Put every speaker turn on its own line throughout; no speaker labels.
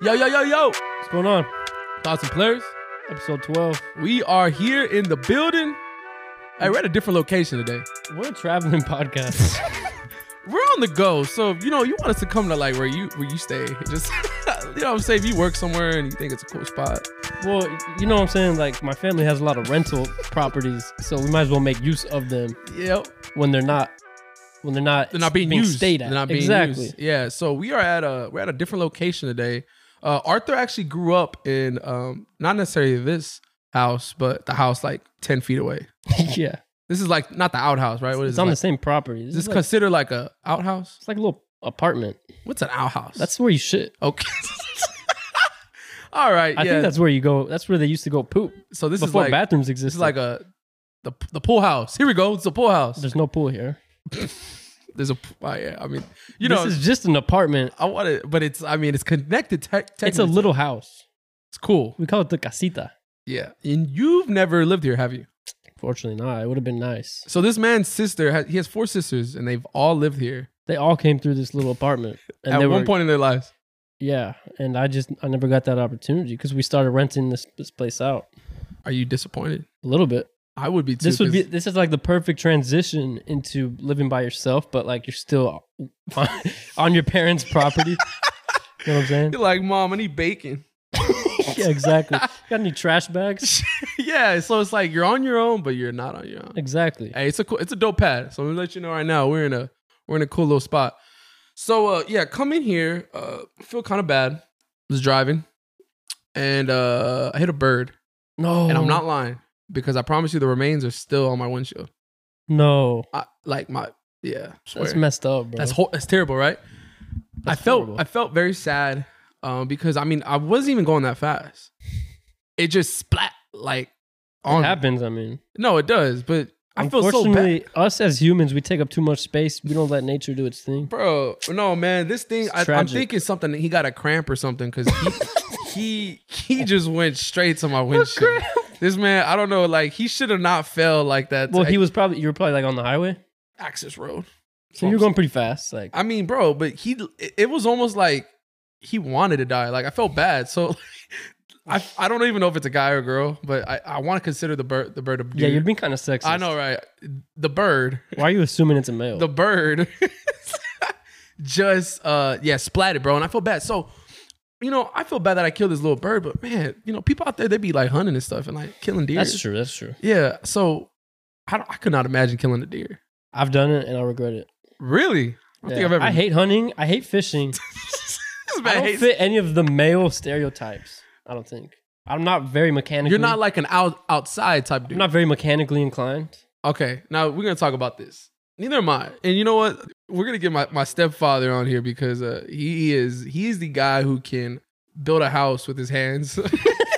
Yo, yo, yo, yo.
What's going on?
Thoughts and players.
Episode 12.
We are here in the building. Hey, we're at a different location today.
We're a traveling podcast.
We're on the go. So, if, you know, you want us to come to like where you where you stay. Just you know what I'm saying? If you work somewhere and you think it's a cool spot.
well, you know what I'm saying? Like, my family has a lot of rental properties, so we might as well make use of them
Yep.
when they're not. When they're not,
They're not being, used.
stayed at.
They're not being
exactly.
used. Yeah. So we are at a we're at a different location today. Uh, Arthur actually grew up in um, not necessarily this house, but the house like ten feet away.
yeah,
This is like not the outhouse, right? What is
it's
it,
on
like-
the same property. This
Is this
is like,
considered like a outhouse?
it's like a little apartment.
What's an outhouse?
That's where you shit.
okay. All right.
I
yeah.
think that's where you go. That's where they used to go poop
so this is
before
like
bathrooms
this
existed.
is like a the the pool house. Here we go. It's a pool house. There's,
There's no pool here.
a oh, yeah. I mean, you know,
this is just an apartment.
I want it, but it's I mean, it's connected. Te-
It's a
technically.
little house.
It's cool.
We call it the casita.
Yeah. And you've never lived here, have you?
Fortunately, not. It would have been nice.
So this man's sister has, he has four sisters, and they've all lived here
They all came through this little apartment, and
at
they
one
were
point in their lives.
Yeah, and I just I never got that opportunity because we started renting this this place out
Are you disappointed?
a little bit.
I would be. Too,
This would be
'cause
this is like the perfect transition into living by yourself, but like you're still on, on your parents' property. you know what I'm saying?
you're like, mom, I need bacon.
yeah, exactly. Got any trash bags?
yeah. So it's like you're on your own, but you're not on your own.
Exactly.
Hey, it's a cool, it's a dope pad. So let me let you know right now, we're in a we're in a cool little spot. So uh yeah, come in here. Uh I feel kind of bad. I was driving and uh I hit a bird.
No,
And I'm not lying because I promise you the remains are still on my windshield.
No,
I like my yeah, swear.
that's messed up, bro.
That's ho- that's terrible, right?
That's
I felt
horrible.
I felt very sad um, because I mean I wasn't even going that fast. It just splat like on
it happens. I mean,
No, it does, but I feel so bad.
unfortunately, us as humans, we take up too much space. We don't let nature do its thing.
Bro, no man, this thing
It's
I, I'm
tragic.
thinking something that he got a cramp or something because he, he he just went straight to my windshield. This man, I don't know, like he should have not fell like that.
Well,
to
he was probably you were probably like on the highway,
access road.
so you're going pretty fast. Like
I mean, bro, but he it- it was almost like he wanted to die. Like I felt bad, so. I, I don't even know if it's a guy or a girl, but I, I want to consider the bird the bird a dude.
Yeah, you're being kind of sexist.
I know, right? The bird
Why are you assuming it's a male?
the bird just uh yeah splatted bro and i feel bad so you know i feel bad that i killed this little bird but man you know people out there they be like hunting and stuff and like killing deer
that's true. That's true.
yeah so I, don't- I could not imagine killing a deer
I've done it and I regret it.
really i don't
Yeah.
think i've ever
hate hunting. I hate fishing.
This
I
man
don't
hates-
fit any of the male stereotypes. I don't think. I'm not very mechanically.
you're not like an out outside type
I'm
dude
not very mechanically inclined.
okay now we're gonna talk about this neither am i and you know what we're gonna get my, my stepfather on here because uh he is he is the guy who can build a house with his hands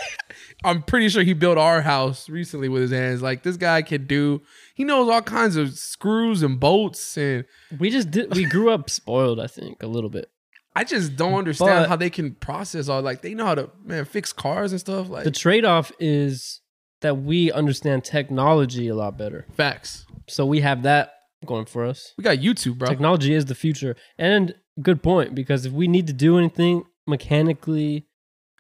I'm pretty sure he built our house recently with his hands. Like this guy can do. He knows all kinds of screws and bolts, and
We just did. We grew up spoiled. I think a little bit.
I just don't understand
But-
how they can process all. Like they know how to man fix cars and stuff. Like
The trade-off is that we understand technology a lot better,
facts.
so we have that going for us.
We got YouTube, bro.
Technology is the future, and good point because if we need to do anything mechanically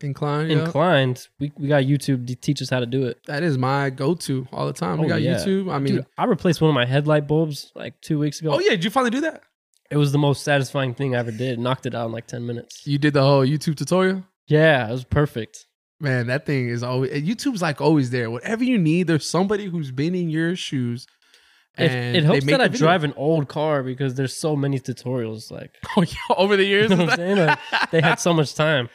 Incline. yeah.
inclined, we, we got YouTube to teach us how to do it.
That is my go-to all the time. we
Oh,
got
yeah.
YouTube. I mean,
Dude, I replaced one of my headlight bulbs like two weeks ago.
oh yeah, did you finally do that?
It was the most satisfying thing I ever did. Knocked it out in like 10 minutes.
You did the whole YouTube tutorial.
Yeah, it was perfect.
Man, that thing is always eh, YouTube's like always there. Whatever you need, there's somebody who's been in your shoes.
It,
And
it
they
helps
make
that
the
I
video.
drive an old car because there's so many tutorials. Like,
Oh, yeah, over the
you
years,
know what I'm saying? Like, they had so much time.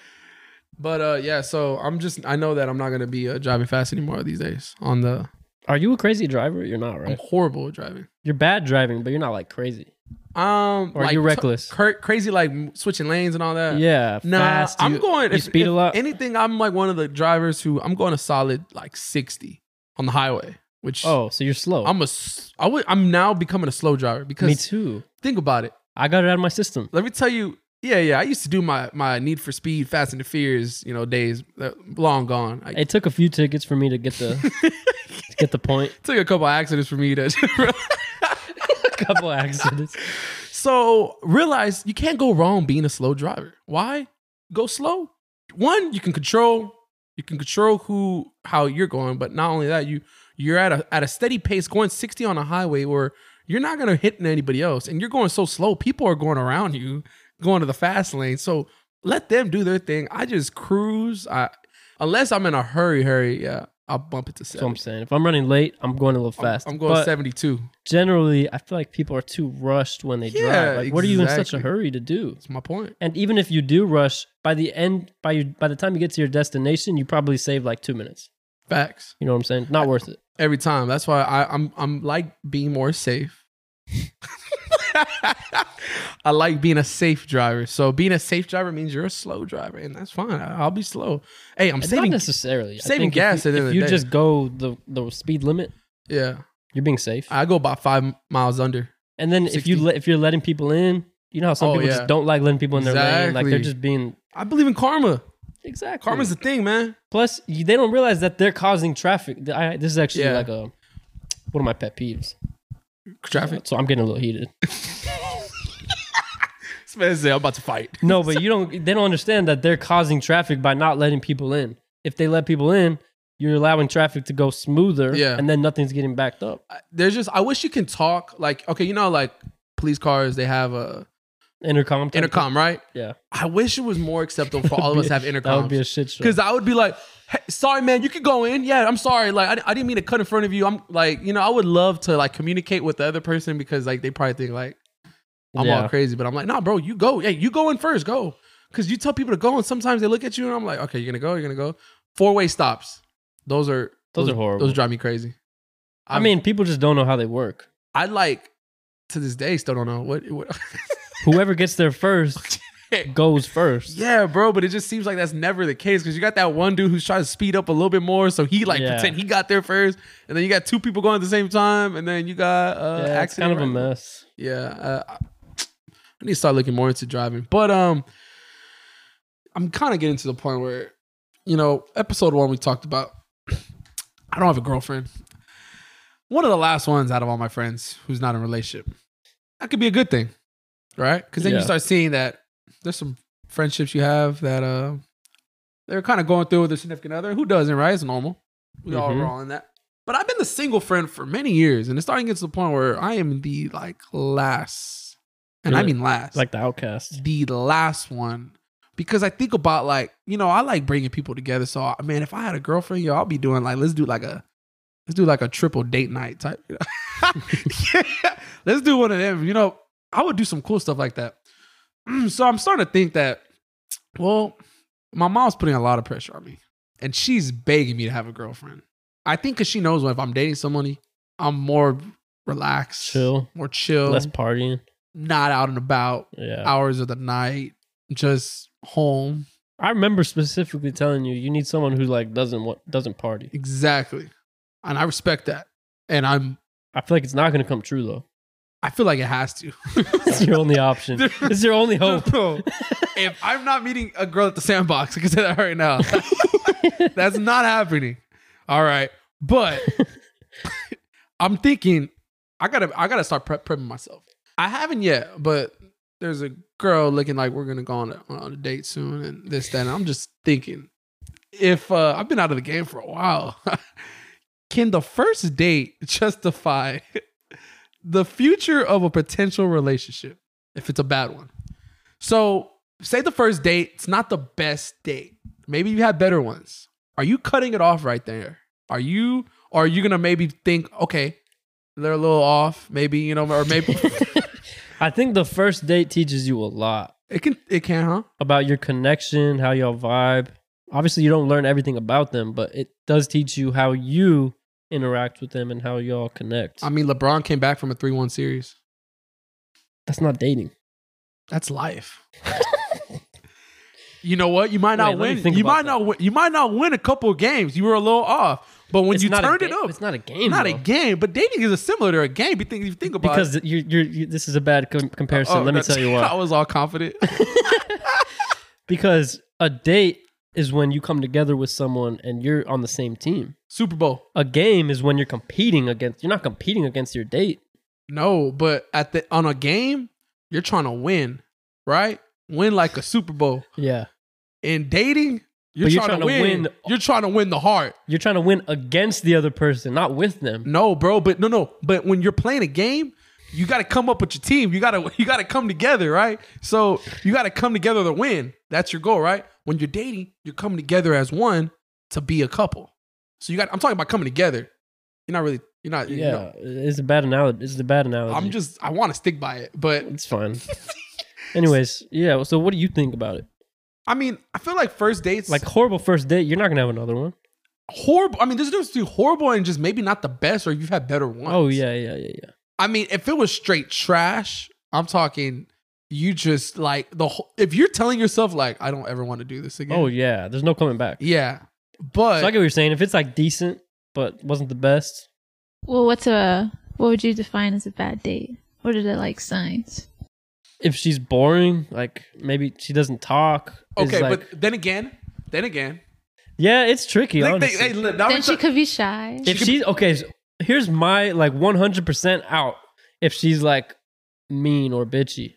But uh, yeah, so I'm just I know that I'm not gonna be uh, driving fast anymore these days. On the
Are you a crazy driver? You're not,
I'm
right?
horrible at driving.
You're bad driving, but you're not like crazy.
Um,
Or are
like
you
t-
reckless?
cur- crazy like m- switching lanes and all that.
yeah,
nah,
fast.
I'm
you,
going.
You
if,
speed
if
a lot.
Anything, I'm like one of the drivers who I'm going a solid like 60 on the highway, which
oh, so you're slow.
I'm a s- I would I'm now becoming a slow driver
Me
because
too.
think about it.
I got it out of my system.
Let me tell you. Yeah, yeah. I used to do my my Need for Speed, Fast and the Fears, you know, days uh, long gone. I,
It took a few tickets for me to get the to get the point.
took a couple accidents for me to
A couple accidents.
So realize you can't go wrong being a slow driver. Why? Go slow. one you can control you can control who how you're going but not only that you you're at a at a steady pace going 60 on a highway where you're not going to hit anybody else and you're going so slow people are going around you going to the fast lane so let them do their thing i just cruise i unless i'm in a hurry hurry yeah i'll bump it to
That's what I'm
70
saying. If I'm running late, I'm going a little fast.
i'm going
But
72
Generally, I feel like people are too rushed when they
Yeah,
drive. Like, what are you in such a
exactly.
hurry to do?
that's my point
And even if you do rush, by the end, by your, by the time you get to your destination, you probably save like two minutes.
facts
You know what I'm saying? Not worth it.
every time. That's why I, I'm I'm like being more safe. I like being a safe driver. So being a safe driver means you're a slow driver, and that's fine. I, I'll be slow. Hey, I'm
It's
saving.
Not necessarily. I
saving
think if
gas at
you-
the
If,
end of the
you
day.
just go the the speed limit,
yeah,
you're being safe.
I go about five miles under.
and then if
60.
you let, if you're letting people in, you know how some
Oh,
people
yeah.
just don't like letting people in their lane. Like they're
Exactly.
just being
I believe in karma.
exactly.
Karma's the thing, man.
Plus, you, they don't realize that they're causing traffic. Th- I, this is actually
Yeah.
like a one of my pet peeves.
Traffic.
So I'm getting a little heated.
This man said, I'm about to fight.
No, but you don't. They don't understand that they're causing traffic by not letting people in. If they let people in, you're allowing traffic to go smoother.
Yeah.
and then nothing's getting backed up.
I- There's just I wish you can talk like okay, you know like police cars they have a
Intercom. type
intercom, right?
Yeah.
I wish it was more acceptable for all of us to have
thing.
intercoms.
That would be a shit show.
Because I would be like, hey, sorry, man, you could go in. Yeah, I'm sorry. Like, I, I didn't mean to cut in front of you. I'm like, you know, I would love to like communicate with the other person because like they probably think like I'm
Yeah.
all crazy. But I'm like, nah, bro, you go. Hey, you go in first. Go. Because you tell people to go and sometimes they look at you and I'm like, okay, you're going to go. You're going to go. Four way stops. Those are,
Those are horrible.
Those drive me crazy.
I mean, people just don't know how they work.
I like to this day still don't know what. what
Whoever gets there first goes first.
Yeah, bro, but it just seems like that's never the case because you got that one dude who's trying to speed up a little bit more, so he like
Yeah.
pretend he got there first, and then you got two people going at the same time, and then you got uh,
Yeah, it's
accident.
kind of a
right?
mess.
Yeah, uh, I I need to start looking more into driving, but um, I'm kind of getting to the point where, you know, episode one we talked about. I don't have a girlfriend. One of the last ones out of all my friends who's not in a relationship. That could be a good thing, right? Because then you
Yeah.
start seeing that there's some friendships you have that uh they're kind of going through with their significant other. Who doesn't, right? It's normal. We all
Mhm.
we're all in that. But I've been the single friend for many years, and it's starting to get to the point where I am the like last, and I
Really?
mean last,
It's like the outcast.
the last one. Because I think about like you know I like bringing people together. So I- man, if I had a girlfriend, yo, I'll be doing like let's do like a let's do like a triple date night type. you know? yeah, let's do one of them. You know, I would do some cool stuff like that. Mm, so I'm starting to think that well, my mom's putting a lot of pressure on me, and she's begging me to have a girlfriend. I think because she knows when if I'm dating somebody, I'm more relaxed,
Chill.
more chill,
Less partying.
not out and about
Yeah.
hours of the night, just home.
I remember specifically telling you you need someone who like doesn't want doesn't party.
Exactly. And I respect that. And I'm
I feel like it's not going to come true though.
I feel like it has to.
It's your only option. It's your only hope.
Bro, if I'm not meeting a girl at the sandbox, I can say that right now. That's not happening. All right. But I'm thinking I gotta I gotta start prep- prepping myself. I haven't yet, but there's a girl looking like we're gonna go on a, on a date soon and this that. And I'm just thinking, if uh, I've been out of the game for a while, can the first date justify the future of a potential relationship if it's a bad one? So say the first date, it's not the best date. Maybe you had better ones. Are you cutting it off right there? Are you or are you gonna maybe think, okay, they're a little off, maybe, you know, or maybe
I think the first date teaches you a lot
it can it can, huh?
about your connection, how y'all vibe. Obviously, you don't learn everything about them, but it does teach you how you interact with them and how y'all connect.
I mean LeBron came back from a three one series.
That's not dating.
That's life. you know what? You might not
Wait, let me
win.
think
You
about
might
that.
not win. You might not win a couple of games. You were a little off, but when
It's
you
not a
turned it
ga-
up,
it's not a game.
not a
though.
game. But dating is a similar to a game. You think you think about it.
Because you're, you're, you this is a bad com- comparison.
Oh,
Let me
that's-
tell you
I
why.
was all confident.
Because a date is when you come together with someone and you're on the same team.
Super Bowl.
A game is when you're competing against. You're not competing against your date.
No, but at the on a game, you're trying to win, right? Win like a Super Bowl.
Yeah.
in dating, you're,
But you're
trying, to win. You're trying to win the heart.
You're trying to win against the other person, not with them.
No, bro, but no, no. But when you're playing a game, you got to come up with your team. You got to you got to come together, right? So you got to come together to win. That's your goal, right? When you're dating, you're coming together as one to be a couple. So you got. I'm talking about coming together. You're not really. You're not. you know,
Yeah, it's a bad analogy. It's a bad analogy.
I'm just. I want to stick by it, but
It's fine. Anyways, yeah. So what do you think about it?
I mean, I feel like first dates
Like horrible first date. You're not gonna have another one.
horrible. I mean, there's a difference between horrible and just maybe not the best, or you've had better ones.
Oh yeah, yeah, yeah, yeah.
I mean, if it was straight trash, I'm talking. You just like the whole, if you're telling yourself like I don't ever want to do this again.
Oh yeah. There's no coming back.
yeah, but
So I get what you're saying. If it's like decent but wasn't the best,
Well, what's a what would you define as a bad date? What are the like signs?
if she's boring, like maybe she doesn't talk. is
okay,
like-
but then again, then again,
yeah, it's tricky.
Like,
honestly.
they- hey, look, now
then
it's
she
a-
could be shy.
if she's okay, so here's my like 100% out. If she's like mean or bitchy,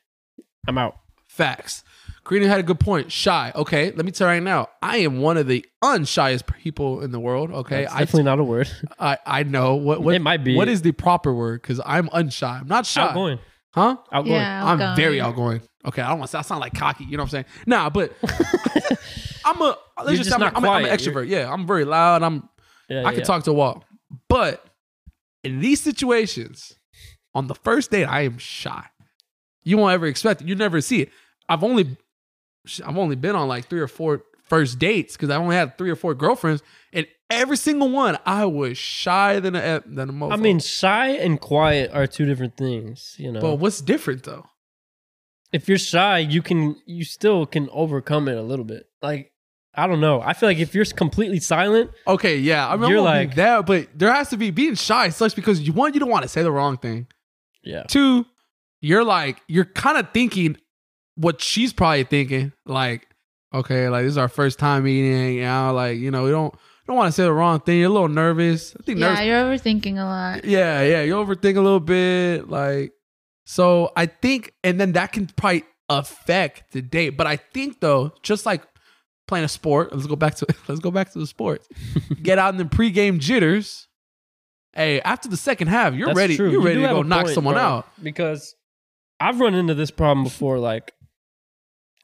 I'm out.
facts. Karina had a good point. Shy. Okay, let me tell you right now, I am one of the unshyest people in the world. Okay,
That's
I
definitely not a word.
I, I know what what
It might be.
What is the proper word? Because I'm unshy. I'm not shy.
Outgoing,
Huh?
outgoing.
Yeah.
I'm
Outgoing.
very outgoing. Okay, I don't want to. I sound like cocky. You know what I'm saying? Nah, but I'm a. Let's
You're
just,
just
say I'm, a-
not
I'm a- I'm an
quiet.
extrovert. Yeah, I'm very loud. I'm.
Yeah,
I can
yeah.
talk to a wall. But in these situations, on the first date, I am shy. You won't ever expect it. You never see it. I've only, I've only been on like three or four first dates because I only had three or four girlfriends, and every single one I was shy than a than a mofo.
I mean, shy and quiet are two different things. You know,
but what's different though?
if you're shy, you can you still can overcome it a little bit. Like I don't know. I feel like if you're completely silent,
Okay, yeah, I mean,
You're
you're like
like-
that, but there has to be being shy sucks because you one, you don't want to say the wrong thing.
yeah,
Two, you're like you're kind of thinking what she's probably thinking, like, okay, like this is our first time meeting, you know, like you know, we don't don't want to say the wrong thing. You're a little nervous. I think
yeah,
nervous.
you're overthinking a lot.
Yeah, yeah, you overthink a little bit, like so. I think, and then that can probably affect the date. But I think though, just like playing a sport, let's go back to let's go back to the sports. Get out in the pregame jitters. Hey, after the second half, you're
That's
ready.
true.
You're
You
ready
do
to
have
go
a
knock
point,
someone
bro,
out.
because I've run into this problem before. Like,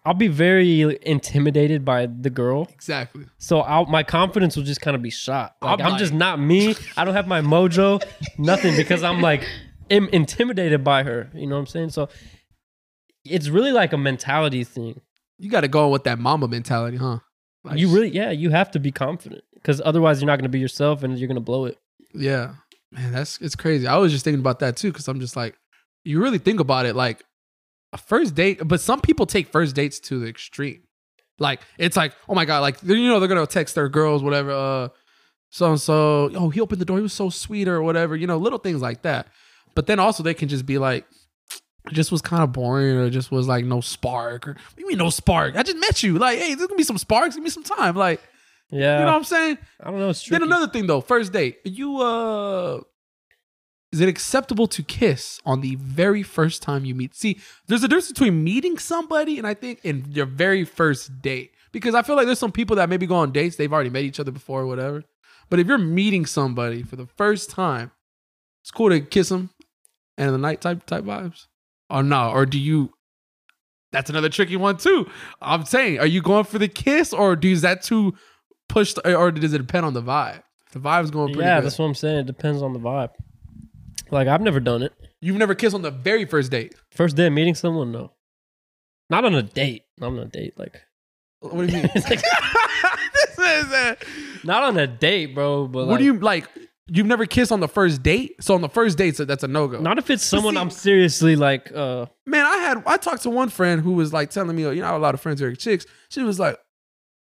I'll be very intimidated by the girl,
Exactly.
so I'll, my confidence will just kind of be shot. Like,
I'm
I'm,
like-
just not me. I don't have my mojo, nothing, because I'm like am intimidated by her. You know what I'm saying? So it's really like a mentality thing.
You got to go with that mama mentality, huh? Like,
You really, yeah, you have to be confident because otherwise you're not going to be yourself and you're going to blow it.
Yeah, man, that's it's crazy. I was just thinking about that too because I'm just like, you really think about it, like a first date. But some people take first dates to the extreme. Like it's like, oh my god, like you know they're gonna text their girls, whatever. Uh, so and so, oh he opened the door, he was so sweet or whatever. You know, little things like that. But then also they can just be like. It just was kind of boring, or just was like no spark, or what do you mean no spark? I just met you. Like, hey, there's gonna be some sparks, give me some time. Like,
Yeah,
you know what I'm saying?
I don't know. It's
Then
tricky.
another thing though, first date. Are you uh is it acceptable to kiss on the very first time you meet? See, there's a difference between meeting somebody and I think in your very first date. Because I feel like there's some people that maybe go on dates, they've already met each other before or whatever. But if you're meeting somebody for the first time, it's cool to kiss them and the night type type vibes. Or no, or do you that's another tricky one too. I'm saying, are you going for the kiss or do is that too pushed or does it depend on the vibe? If The vibe's going pretty
yeah,
good.
that's what I'm saying. It depends on the vibe. Like I've never done it.
You've never kissed on the very first date.
First day of meeting someone, no. Not on a date. Not on a date. Like
What do you mean?
It's like-
This is a-
not on a date, bro. But
what
like,
do you like? You've never kissed on the first date, so on the first date, so that's a no go.
Not if it's someone
see-
I'm seriously like. uh
Man, I had I talked to one friend who was like telling me, oh, you know, I have a lot of friends who are chicks. She was like,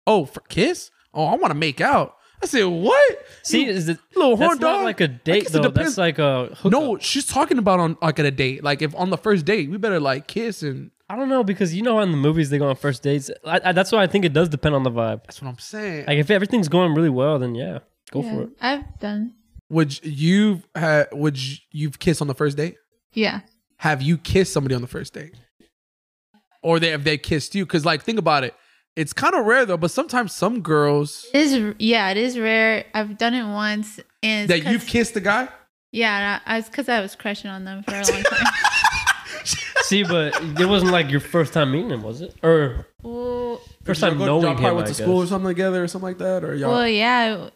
"Oh, for kiss? Oh, I want to make out." I said, "What?
See,
You
is it
little
that's
horn dog?"
not like a
I
date
guess it
though.
depends.
That's like a hookup.
No, she's talking about on like at a date. Like if on the first date, we better like kiss and
I don't know because you know how in the movies they go on first dates. I, I, that's why I think it does depend on the vibe.
that's what I'm saying.
Like if everything's going really well, then yeah, go
Yeah,
for it.
I've done.
would you have would you, you've kissed on the first date?
Yeah.
Have you kissed somebody on the first date? Or they have they kissed you? Because like think about it. It's kind of rare though, but sometimes some girls
It is yeah, it is rare. I've done it once, and it's
that you've
'cause-
kissed the guy.
yeah, and I, I was because I was crushing on them for a long time.
See, but it wasn't like your first time meeting him, was it? Or
well,
first
Y'all
time
go-
knowing
y'all
him?
probably went
I
to school or
guess.
something together or something like that, or y'all
well, yeah.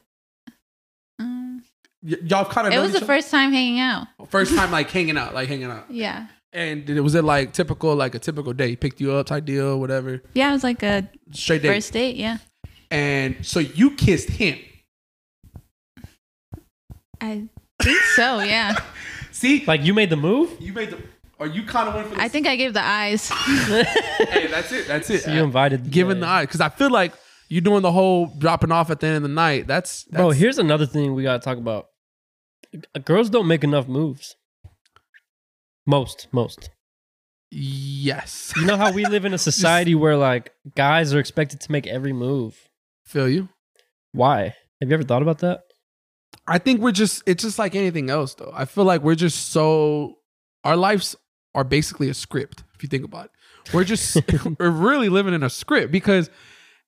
Um,
y- y'all kind of
it was the first time hanging out.
first time like hanging out, like hanging out.
Yeah,
And did it was it like typical, like a typical day? He picked you up type deal, whatever.
yeah, it was like a
Straight date.
first date. Yeah,
And so you kissed him.
I think so. Yeah,
See,
Like you made the move.
you made the. Or you kind of went for the.
I think I gave the eyes.
hey, that's it. That's it.
So you invited.
Giving
yeah.
the eye, because I feel like you doing the whole dropping off at the end of the night. That's, that's
Bro, here's another thing we gotta talk about. Girls don't make enough moves. Most, most.
yes.
You know how we live in a society where like guys are expected to make every move.
Feel you.
Why? Have you ever thought about that?
I think we're just it's just like anything else though. I feel like we're just so our lives are basically a script if you think about it. We're just we're really living in a script because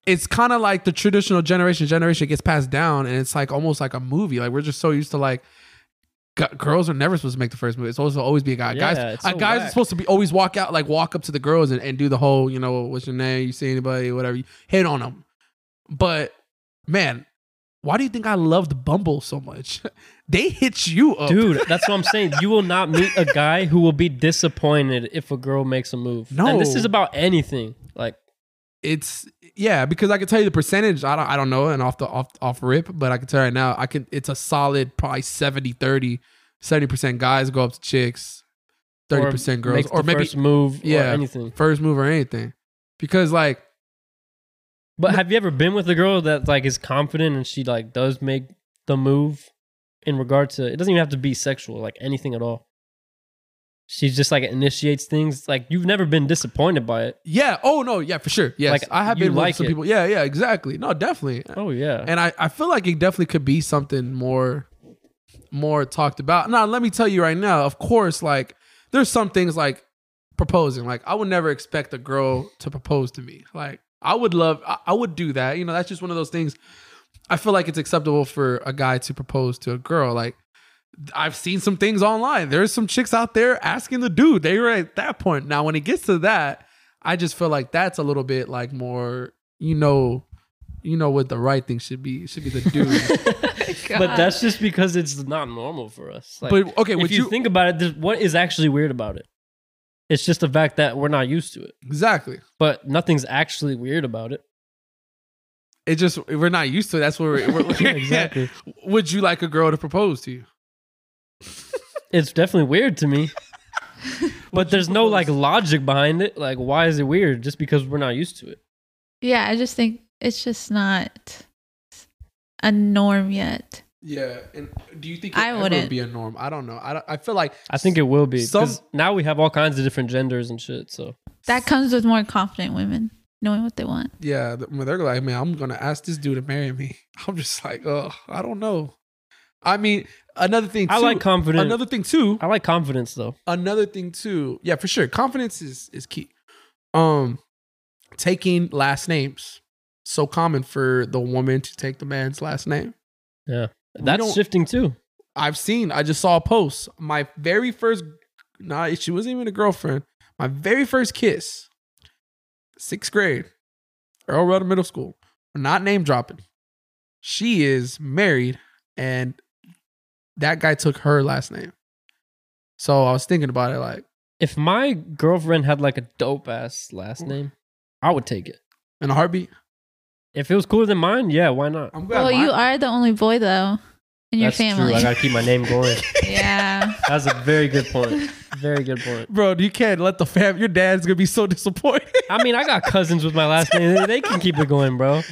it's kind of like the traditional generation generation gets passed down and it's like almost like a movie. Like we're just so used to like g- girls are never supposed to make the first move. It's supposed to always be a guy.
Yeah,
guys
it's so
uh, guys are
whack.
supposed to be always walk out like walk up to the girls and, and do the whole, you know, what's your name? You see anybody, whatever. You hit on them. But man, why do you think I loved Bumble so much? they hit you up.
Dude, that's what I'm saying. You will not meet a guy who will be disappointed if a girl makes a move. And this
No.
is about anything. Like
It's yeah, because I can tell you the percentage. I don't I don't know and off the off off rip, but I can tell you right now, I can it's a solid probably 70 30 70% guys go up to chicks, 30%
or
girls
makes
or
the
maybe
first move or
yeah,
anything.
first move or anything. Because like
But have you ever been with a girl that like is confident and she like does make the move in regard to it doesn't even have to be sexual, like anything at all. She just like initiates things. Like you've never been disappointed by it.
yeah, oh no, yeah, for sure. Yes.
Like,
I have
you
been with
like
some
it.
people. Yeah, yeah, exactly. No, definitely.
Oh yeah.
and I, I feel like it definitely could be something more more talked about now let me tell you right now of course like there's some things like proposing like i would never expect a girl to propose to me like i would love i, I would do that you know that's just one of those things i feel like it's acceptable for a guy to propose to a girl like I've seen some things online. There's some chicks out there asking the dude. They were at that point. Now, when it gets to that, I just feel like that's a little bit like more, you know, you know what the right thing should be. It should be the dude.
but that's just because it's not normal for us. Like,
but okay,
if
would
you,
you,
think about it, this, what is actually weird about it? It's just the fact that we're not used to it.
exactly?
But nothing's actually weird about it.
It just we're not used to. It. That's where we're, we're
Yeah, exactly.
Would you like a girl to propose to you?
It's definitely weird to me. but there's no like logic behind it. Like, why is it weird? Just because we're not used to it.
yeah, I just think it's just not a norm yet.
Yeah, and do you think
I
it would
wouldn't.
be a norm? I don't know. I don't, I feel like
I think it will be.
Some-
Because now we have all kinds of different genders and shit. So
That comes with more confident women knowing what they want.
yeah, th- when they're like, man, I'm gonna ask this dude to marry me. I'm just like, oh, I don't know. I mean, another thing.
I
too-
like confidence.
Another thing too.
I like confidence though.
Another thing too. Yeah, for sure. Confidence is is key. Um, taking last names so common for the woman to take the man's last name. We
That's
don't-
shifting too.
I've seen. I just saw a post. My very first. Nah, she wasn't even a girlfriend. My very first kiss. Sixth grade, Earl Rudder Middle School. We're not name dropping. She is married, and that guy took her last name. So I was thinking about it, like,
If my girlfriend had like a dope ass last name, I would take it.
in a heartbeat.
If it was cooler than mine, yeah, why not?
I'm
Well, you are the only boy though in your
That's
family.
true. I gotta keep my name going.
yeah.
That's a very good point. Very good point.
bro. You can't let the fam. Your dad's gonna be so disappointed.
I mean, I got cousins with my last name. They- They can keep it going, bro.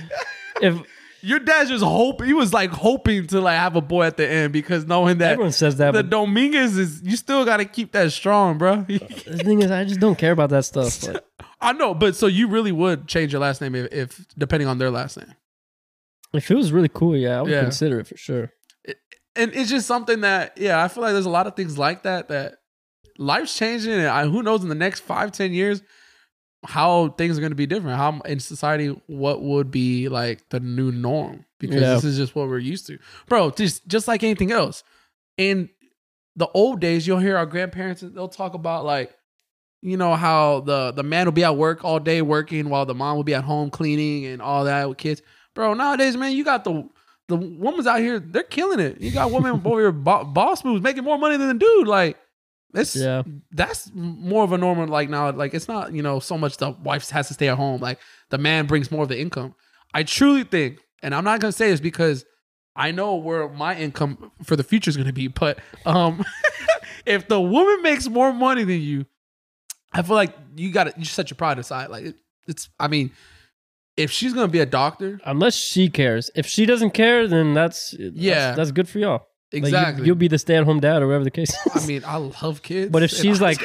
If
your dad's just hoping. He was like hoping to like have a boy at the end because knowing that
everyone says that,
the
but
Dominguez is you still gotta keep that strong, bro.
the thing is, I just don't care about that stuff. Like,
I know, but so you really would change your last name if, if depending on their last name,
if it was really cool, yeah, I would
Yeah.
consider it for sure.
and it's just something that yeah, I feel like there's a lot of things like that that life's changing, and I, who knows in the next five ten years, how things are going to be different. How in society, what would be like the new norm? Because
Yeah.
this is just what we're used to, bro. Just just like anything else. In the old days, you'll hear our grandparents. They'll talk about like, you know, how the the man will be at work all day working while the mom will be at home cleaning and all that with kids. Bro, nowadays, man, you got the the woman's out here. They're killing it. You got women over here, bo- boss moves, making more money than the dude. Like, it's
Yeah.
that's more of a normal like now like it's not you know so much the wife has to stay at home like the man brings more of the income i truly think and i'm not gonna say this because i know where my income for the future is gonna be but um if the woman makes more money than you i feel like you gotta you set your pride aside like it, it's i mean if she's gonna be a doctor
Unless she cares. If she doesn't care, then that's yeah,
Yeah.
that's, that's good for y'all. Like, you-
exactly
you'll be the stay-at-home dad or whatever the case. Is.
i mean i love kids
but if
and
she's
I-
like,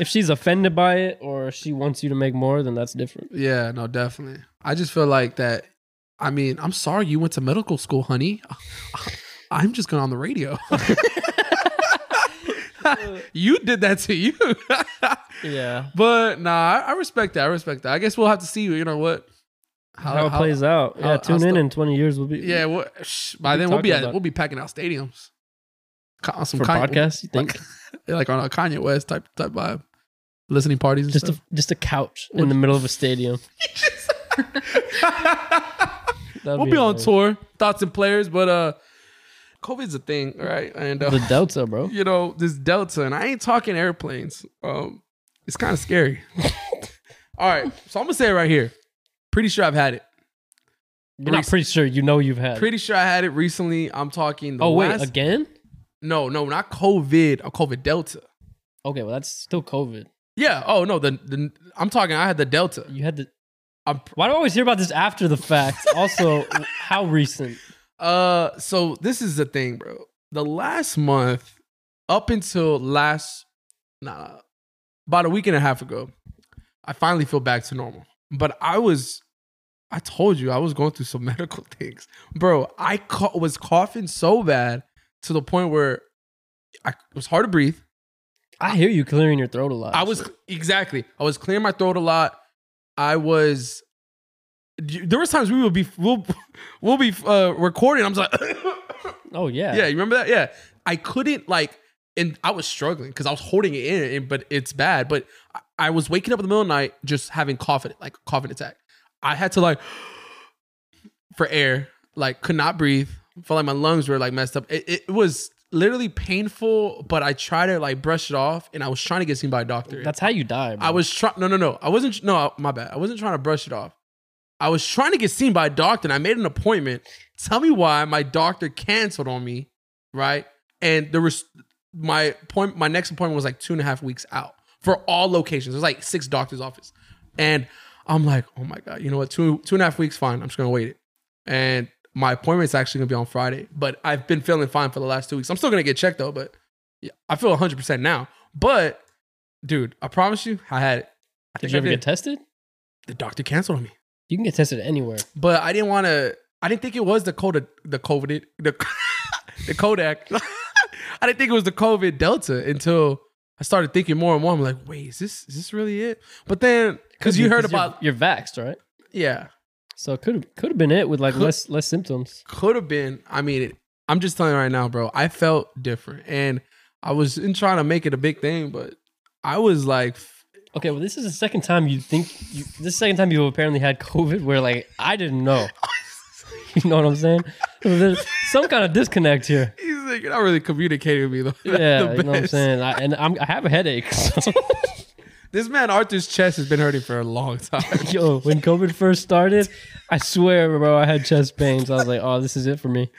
if she's offended by it or she wants you to make more, then that's different.
Yeah, no, definitely. I just feel like that. I mean, I'm sorry you went to medical school, honey. I'm just going on the radio. you did that to you.
Yeah.
but nah, I, I respect that. I respect that. I guess we'll have to see, you know what?
How, it plays out.
how-
yeah. Tune in
how's the-
in 20 years. We'll be
Yeah, well, shh, by
We'll be
then we'll be
talking
at,
about-
we'll be packing out stadiums. Ka- on Some
for
Kanye-
podcasts. You think
Like on a Kanye West type type vibe. Listening parties and
just
stuff.
a just a couch
What-
in the middle of a stadium. That'd
we'll be on
hilarious.
tour, thoughts and players, but uh, COVID's a thing, right? And uh,
The Delta, bro.
you know this Delta, and I ain't talking airplanes. Um, it's kind of scary. All right, so I'm gonna say it right here. Pretty sure I've had it.
You're not
Reese-
pretty sure. You know you've had. it.
Pretty sure I had it recently. I'm talking. The
oh wait,
last-
again?
no, no, not COVID. A COVID Delta.
Okay, well that's still COVID.
Yeah. Oh no, the, the I'm talking. I had the Delta.
You had the.
I'm
Why do I always hear about this after the fact? also, how recent?
Uh, so this is the thing, bro. The last month, up until last, nah, about a week and a half ago, I finally feel back to normal. But I was, I told you, I was going through some medical things, bro. I cau- was coughing so bad to the point where I it was hard to breathe.
I hear you clearing your throat a lot.
I was exactly. I was clearing my throat a lot. I was. you- There was times we will be we'll we'll be uh, recording. I'm just like.
Oh yeah.
Yeah, you remember that? Yeah. I couldn't like and I was struggling because I was holding it in, and- but it's bad. But I, I was waking up in the middle of the night just having coughing, like coughing attack. I had to like for air, like could not breathe. Felt like my lungs were like messed up. It, it was literally painful, but I tried to like brush it off, and I was trying to get seen by a doctor.
That's how you die. Bro.
I was trying. No, no, no. I wasn't. No, my bad. I wasn't trying to brush it off. I was trying to get seen by a doctor, and I made an appointment. Tell me why my doctor canceled on me, right? And there was my point. My next appointment was like two and a half weeks out for all locations. There's like six doctors' office, and I'm like, oh my god, you know what? Two two and a half weeks, fine. I'm just gonna wait it. And my appointment's actually gonna be on Friday, but I've been feeling fine for the last two weeks. I'm still gonna get checked though, but yeah, I feel 100 percent now. But dude, I promise you, I had it. I
Did
think
you
I
ever
did.
get tested?
the doctor canceled on me,
You can get tested anywhere.
but I didn't want to. I didn't think it was the COVID, the COVID, the the Kodak. I didn't think it was the COVID Delta until I started thinking more and more. I'm like, wait, is this is this really it? But then, because you heard
you're-
about,
you're, vaxxed, right?
yeah,
So it could could have been it with like
Could-
less less symptoms.
could have been. I mean, it, I'm just telling you right now, bro. I felt different, and I was in trying to make it a big thing, but I was like, f-
Okay, well this is the second time you think you, this is the second time you apparently had COVID where like I didn't know. you know what I'm saying? So There's some kind of disconnect here.
he's like, you're not really communicating with me though.
Yeah,
The
you know what I'm
best.
saying. I, and I'm, I have a headache. So.
This man Arthur's chest has been hurting for a long time.
Yo, when COVID first started, I swear, bro, I had chest pains. I was like, oh, this is it for me.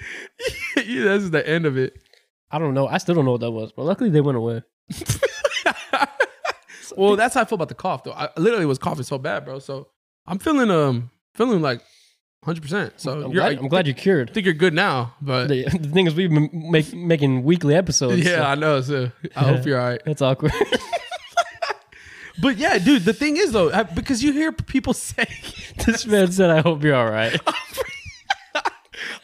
Yeah, this is the end of it.
I don't know. I still don't know what that was, but luckily they went away.
well, that's how I feel about the cough though. I literally was coughing so bad, bro. So I'm feeling um feeling like 100. percent So you're,
I'm glad, I'm glad you're
I
cured.
think you're good now, but
The, the thing is, we've been make, making weekly episodes.
yeah,
so
I know. So I hope you're all right.
that's awkward.
But yeah, dude, the thing is though, I- because you hear people say,
this man said, I hope you're all right.
I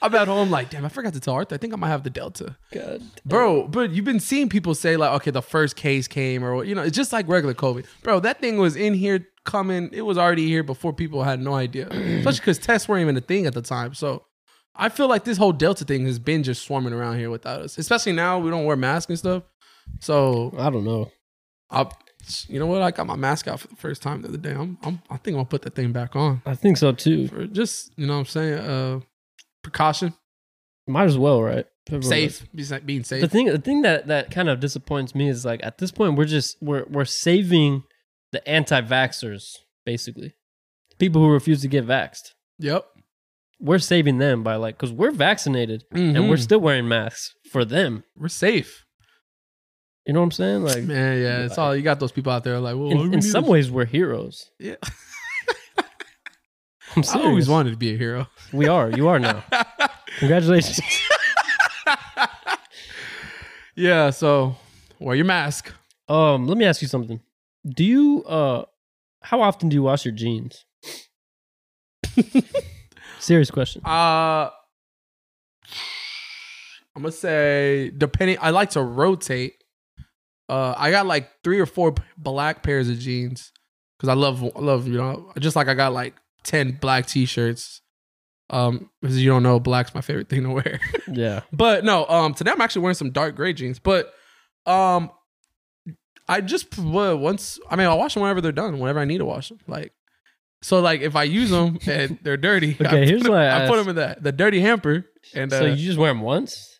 I'm at home like, damn, I forgot to tell Arthur. I think I might have the Delta.
God.
Bro, but you've been seeing people say like, okay, the first case came or you know, it's just like regular COVID. Bro, that thing was in here coming. It was already here before people had no idea. Especially because tests weren't even a thing at the time. So I feel like this whole Delta thing has been just swarming around here without us. Especially now we don't wear masks and stuff. So
I don't know.
I you know what? I got my mask out for the first time the other day. I'm, I'm I think I'll put that thing back on.
I think so too.
For just, you know what I'm saying? Uh precaution.
Might as well, right? Everyone
Safe. Be sa- Being safe.
The thing, the thing that that kind of disappoints me is like at this point we're just we're we're saving the anti-vaxxers basically, people who refuse to get vaxxed.
yep.
We're saving them by like because we're vaccinated and we're
Mhm.
still wearing masks for them.
we're safe.
You know what I'm saying? Like
Man, yeah, it's all you got those people out there like, well,
in,
why we
in
need
some
to-
ways we're heroes.
Yeah.
I'm
I
serious.
always wanted to be a hero.
we are. You are now. Congratulations.
yeah, so wear your mask.
Um, let me ask you something. Do you uh how often do you wash your jeans? Serious question.
Uh I'm gonna say depending I like to rotate. Uh I got like three or four p- black pairs of jeans cuz I love I love, you know, just like I got like 10 black t-shirts. Um as you don't know, black's my favorite thing to wear.
Yeah.
But no, um, today I'm actually wearing some dark gray jeans. But um, I just well, once I mean I wash them whenever they're done, whenever I need to wash them. Like so, like if I use them and they're dirty, I
Okay, here's
put,
what I
I, put
asked.
them in that the dirty hamper. And uh,
so you just wear them once?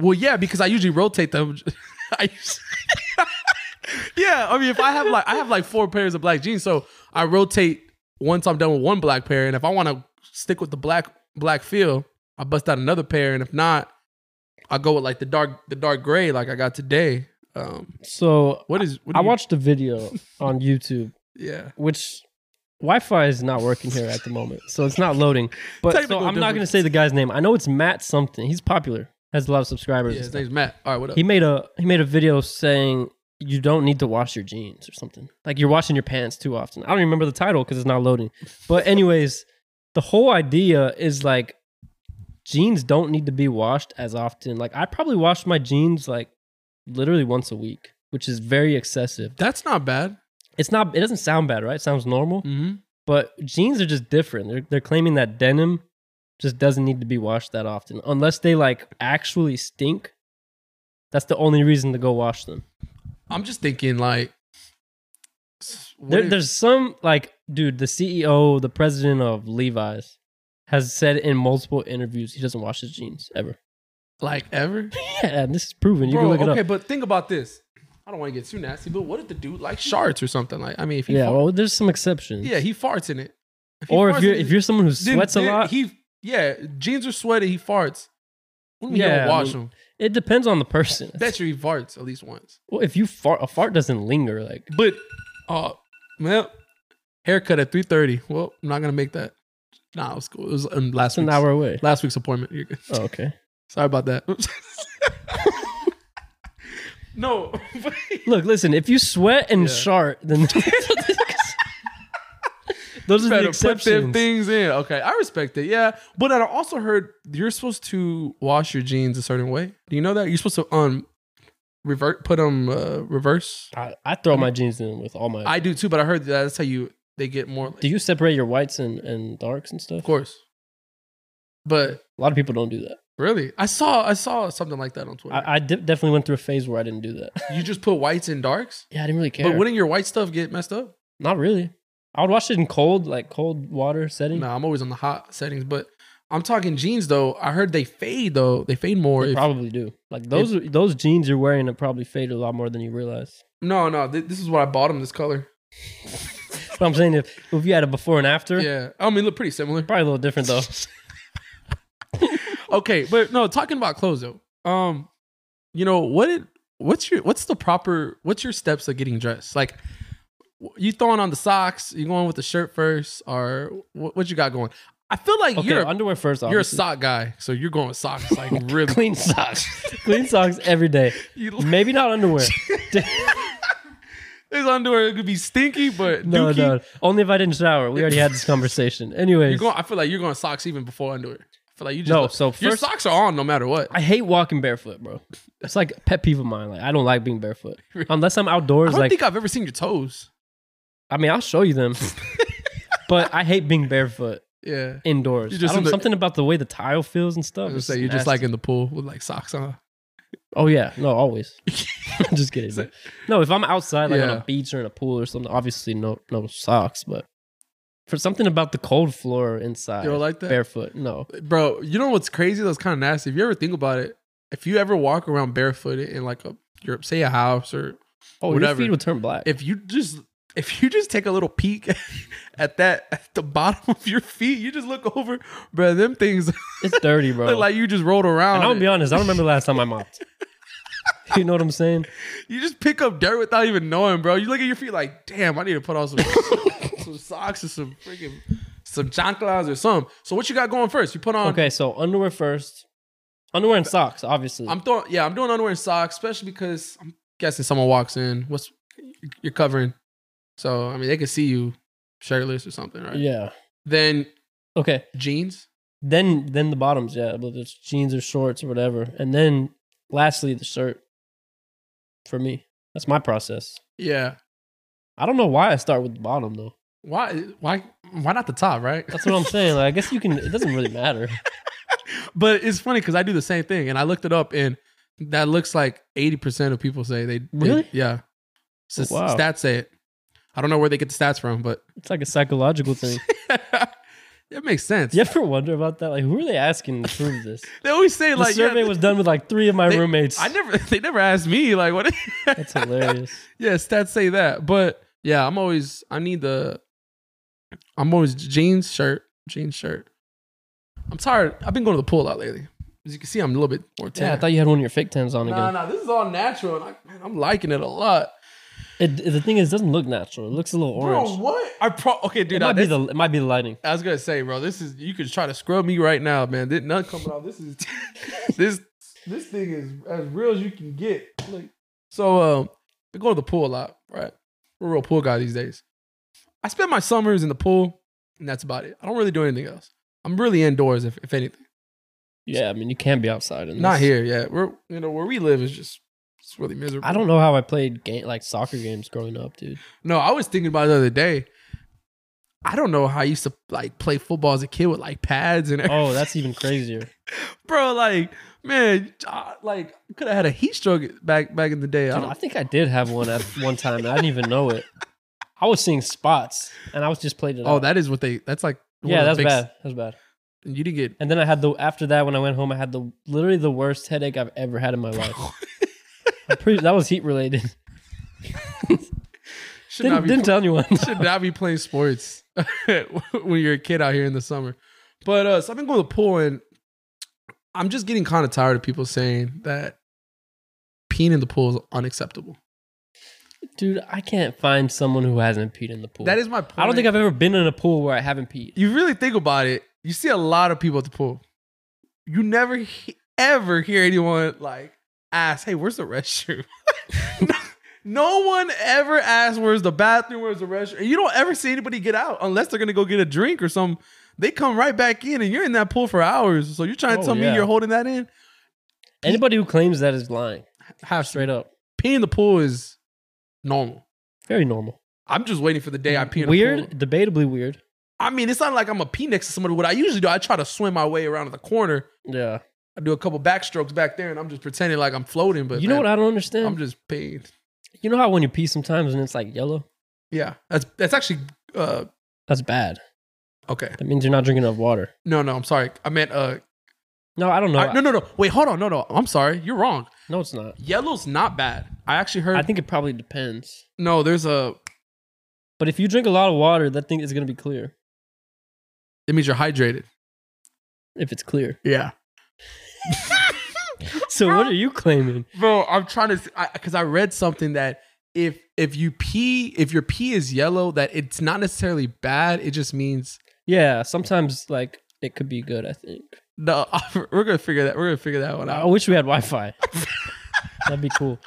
well, yeah, because I usually rotate them. I us- yeah, I mean if I have like I have like four pairs of black jeans, so I rotate once I'm done with one black pair, and if I want to stick with the black black feel, I bust out another pair, and if not, I go with like the dark the dark gray like I got today. Um,
So
what is what
I
do you-
watched a video on YouTube
Yeah,
which Wi-Fi is not working here at the moment, so it's not loading. But so I'm
Technical
not going to say the guy's name. I know it's Matt something. He's popular, has a lot of
yeah.
subscribers. and
His
stuff.
name's Matt. All right, what up?
he made a he made a video saying you don't need to wash your jeans or something. Like you're washing your pants too often. I don't remember the title because it's not loading. But anyways, the whole idea is like jeans don't need to be washed as often. Like I probably wash my jeans like literally once a week, which is very excessive.
That's not bad.
It's not it doesn't sound bad, right? It sounds normal.
Mm-hmm.
But jeans are just different. They're they're claiming that denim just doesn't need to be washed that often unless they like actually stink. That's the only reason to go wash them.
I'm just thinking like what
There,
if-
there's some like dude, the CEO, the president of Levi's has said in multiple interviews he doesn't wash his jeans ever.
like ever.
Yeah, and this is proven. You
Bro,
can look
okay,
it up.
but think about this. I don't want to get too nasty, but what if the dude likes sharts or something? Like, I mean, if he
Yeah,
fart-
well, there's some exceptions.
yeah, he farts in it. he
or
farts
if you're
in
if
it,
you're someone who
then-
sweats a
then
lot,
he yeah, jeans are sweaty. He farts. What do you mean he
Yeah, I
don't wash
mean-
them?
it depends on the person.
Bet you he farts at least once.
well, if you fart, a fart doesn't linger. Like
But uh, well, haircut at three thirty. Well, I'm not gonna make that. Nah, it was cool. It was um, last
it's an
week's,
hour away.
last week's appointment. You're good.
Oh, okay.
Sorry about that. no,
Look, listen. If you sweat and
Yeah.
shart, then those
better put
are the
them
exceptions.
things in. Okay, I respect it. Yeah, but I also heard you're supposed to wash your jeans a certain way. Do you know that you're supposed to um revert put them uh, reverse?
I, I throw my jeans in with all my.
I do too, but I heard that that's how you they get more. Like,
do you separate your whites and, and darks and
of
stuff?
course, but
A lot of people don't do that.
really, I saw I saw something like that on Twitter.
I, I de- definitely went through a phase where I didn't do that.
you just put whites and darks,
yeah, I didn't really care.
but wouldn't your white stuff get messed up?
Not really. I would wash it in cold, like cold water setting.
No, I'm always on the hot settings, but. I'm talking jeans though. I heard they fade though. They fade more.
They
if-
probably do. Like those those jeans you're wearing that probably fade a lot more than you realize.
no, no. Th- this is what I bought them. This color.
But I'm saying if if you had a before and after,
Yeah. I mean, look pretty similar.
probably a little different though.
okay, but no, talking about clothes though. Um, you know what? It, what's your what's the proper what's your steps of getting dressed? Like, w- you throwing on the socks? You going with the shirt first, or what, what you got going? I feel like
Okay,
you're a-
underwear first.
you're a
obviously.
sock guy, so you're going with socks like really.
clean socks, clean socks every day.
You,
Maybe not underwear.
his underwear could be stinky, but
No,
dookie,
no. Only if I didn't shower. We already had this conversation. Anyways,
You're going. I feel like you're going socks even before underwear. feel like you just
No, so first
your socks are on no matter what.
I hate walking barefoot, bro. It's like a pet peeve of mine. Like I don't like being barefoot unless I'm outdoors.
I don't
like
think I've ever seen your toes.
I mean, I'll show you them, but I hate being barefoot
Yeah.
indoors.
You're just
I don't-
in the-
something about the way the tile feels and
I was
stuff.
gonna
is
say you're just
nasty.
like in the pool with like socks on.
Oh yeah, no, always. Just kidding.
So-
no, if I'm outside, like on
Yeah.
a beach or in a pool or something, obviously no, no socks. But for something about the cold floor inside,
You don't like that?
barefoot. No,
Bro, you know what's crazy? That's kind of nasty. If you ever think about it, if you ever walk around barefooted in like a your say a house or
oh,
Whatever.
your feet would turn black.
if you just if you just take a little peek at that at the bottom of your feet, you just look over, bro. Them things
it's dirty, bro.
look like you just rolled around.
and I'll
it.
be honest, I don't remember the last time I mopped. you know what I'm saying?
You just pick up dirt without even knowing, bro. You look at your feet like, damn, I need to put on some some socks or some freaking some chanclas or something. So what you got going first? You put on
Okay, so underwear first, underwear and socks, obviously.
I'm throwing yeah, I'm doing underwear and socks, especially because I'm guessing someone walks in. What's you're covering. So I mean they could see you shirtless or something, right?
Yeah.
Then
Okay.
jeans.
Then then the bottoms, yeah, whether it's jeans or shorts or whatever. And then lastly the shirt. For me. That's my process.
Yeah.
I don't know why I start with the bottom though.
Why why why not the top, right?
That's what I'm saying. Like, I guess you can it doesn't really matter.
but it's funny because I do the same thing and I looked it up and that looks like 80% of people say they they-
Really? Oh,
yeah. So s-
Wow.
Stats say it. I don't know where they get the stats from, but
It's like a psychological thing.
it makes sense.
You ever wonder about that? Like who are they asking to prove this?
They always say
The
like yeah,
survey was done with like three of my
They-
roommates.
I never they never asked me like what
That's hilarious.
yeah, stats say that. But yeah, I'm always I need the I'm always jeans shirt, jeans shirt. I'm tired. I've been going to the pool out lately. As you can see, I'm a little bit more tan.
Yeah, I thought you had one of your fake tans on
nah,
again.
nah, this is all natural, and I, man, I'm liking it a lot.
It, the thing is, it doesn't look natural. It looks a little orange.
Bro, what? I pro okay,
it,
dude. I,
might be
this-
the, it might be the lighting.
I was gonna say, bro, this is you could try to scrub me right now, man. There's nothing coming out. This is this this thing is as real as you can get. Like so um I go to the pool a lot, right? I'm a real pool guy these days. I spend my summers in the pool and that's about it. I don't really do anything else. I'm really indoors if, if anything.
Yeah, I mean, you can be outside. In
Not
this.
here, yeah. We're you know, where we live is just it's really miserable.
I don't know how I played game, like soccer games growing up, dude.
No, I was thinking about it the other day. I don't know how I used to like play football as a kid with like pads and
Oh, that's even crazier.
bro. Like, man, I- like could have had a heat stroke back back in the day. I
Dude,
don't-
I think I did have one at one time. And I didn't even know it. I was seeing spots, and I was just playing it.
oh,
out.
that is what they. That's like one
yeah,
of
that's
the
bad. That's bad.
big- You didn't get.
And then I had the after that when I went home, I had the literally the worst headache I've ever had in my life. I'm pretty- that was heat related.
Should
Didn't,
not be.
didn't tell anyone.
should not be playing sports when you're a kid out here in the summer. But uh, so I've been going to the pool, and I'm just getting kind of tired of people saying that peeing in the pool is unacceptable.
Dude, I can't find someone who hasn't peed in the pool.
That is my point.
I don't think I've ever been in a pool where I haven't peed.
you really think about it, you see a lot of people at the pool. You never he- ever hear anyone like ask, "Hey, where's the restroom?" no, no one ever asks, "Where's the bathroom? Where's the restroom?" And you don't ever see anybody get out unless they're gonna go get a drink or some. They come right back in, and you're in that pool for hours. So you're trying
Oh,
to tell
yeah.
me you're holding that in?
Anybody who claims that is lying.
Half straight.
Straight up.
Peeing in the pool is normal.
Very normal.
I'm just waiting for the day I pee in the pool.
Weird, debatably weird.
I mean, it's not like I'm a pee next to somebody. What I usually do, I try to swim my way around the corner
Yeah.
I do a couple backstrokes back there, and I'm just pretending like I'm floating. But
you know
man,
what I don't understand?
I'm just pained.
you know how when you pee sometimes and it's like yellow?
Yeah, that's that's actually uh
That's bad.
okay.
That means you're not drinking enough water.
No, no, I'm sorry. I meant uh
No, I don't know.
I- no, no, no. Wait, hold on. No, no. I'm sorry. You're wrong.
no, it's not.
Yellow's not bad. I actually heard.
I think it probably depends.
no, there's a.
But if you drink a lot of water, that thing is going to be clear.
It means you're hydrated.
If it's clear.
Yeah,
So what are you claiming?
bro. I'm trying to because I, read something that if if you pee if your pee is yellow that it's not necessarily bad. It just means
Yeah, sometimes like it could be good, I think.
no. We're gonna figure that. We're gonna figure that one
I
out.
wish we had Wi-Fi. That'd be cool.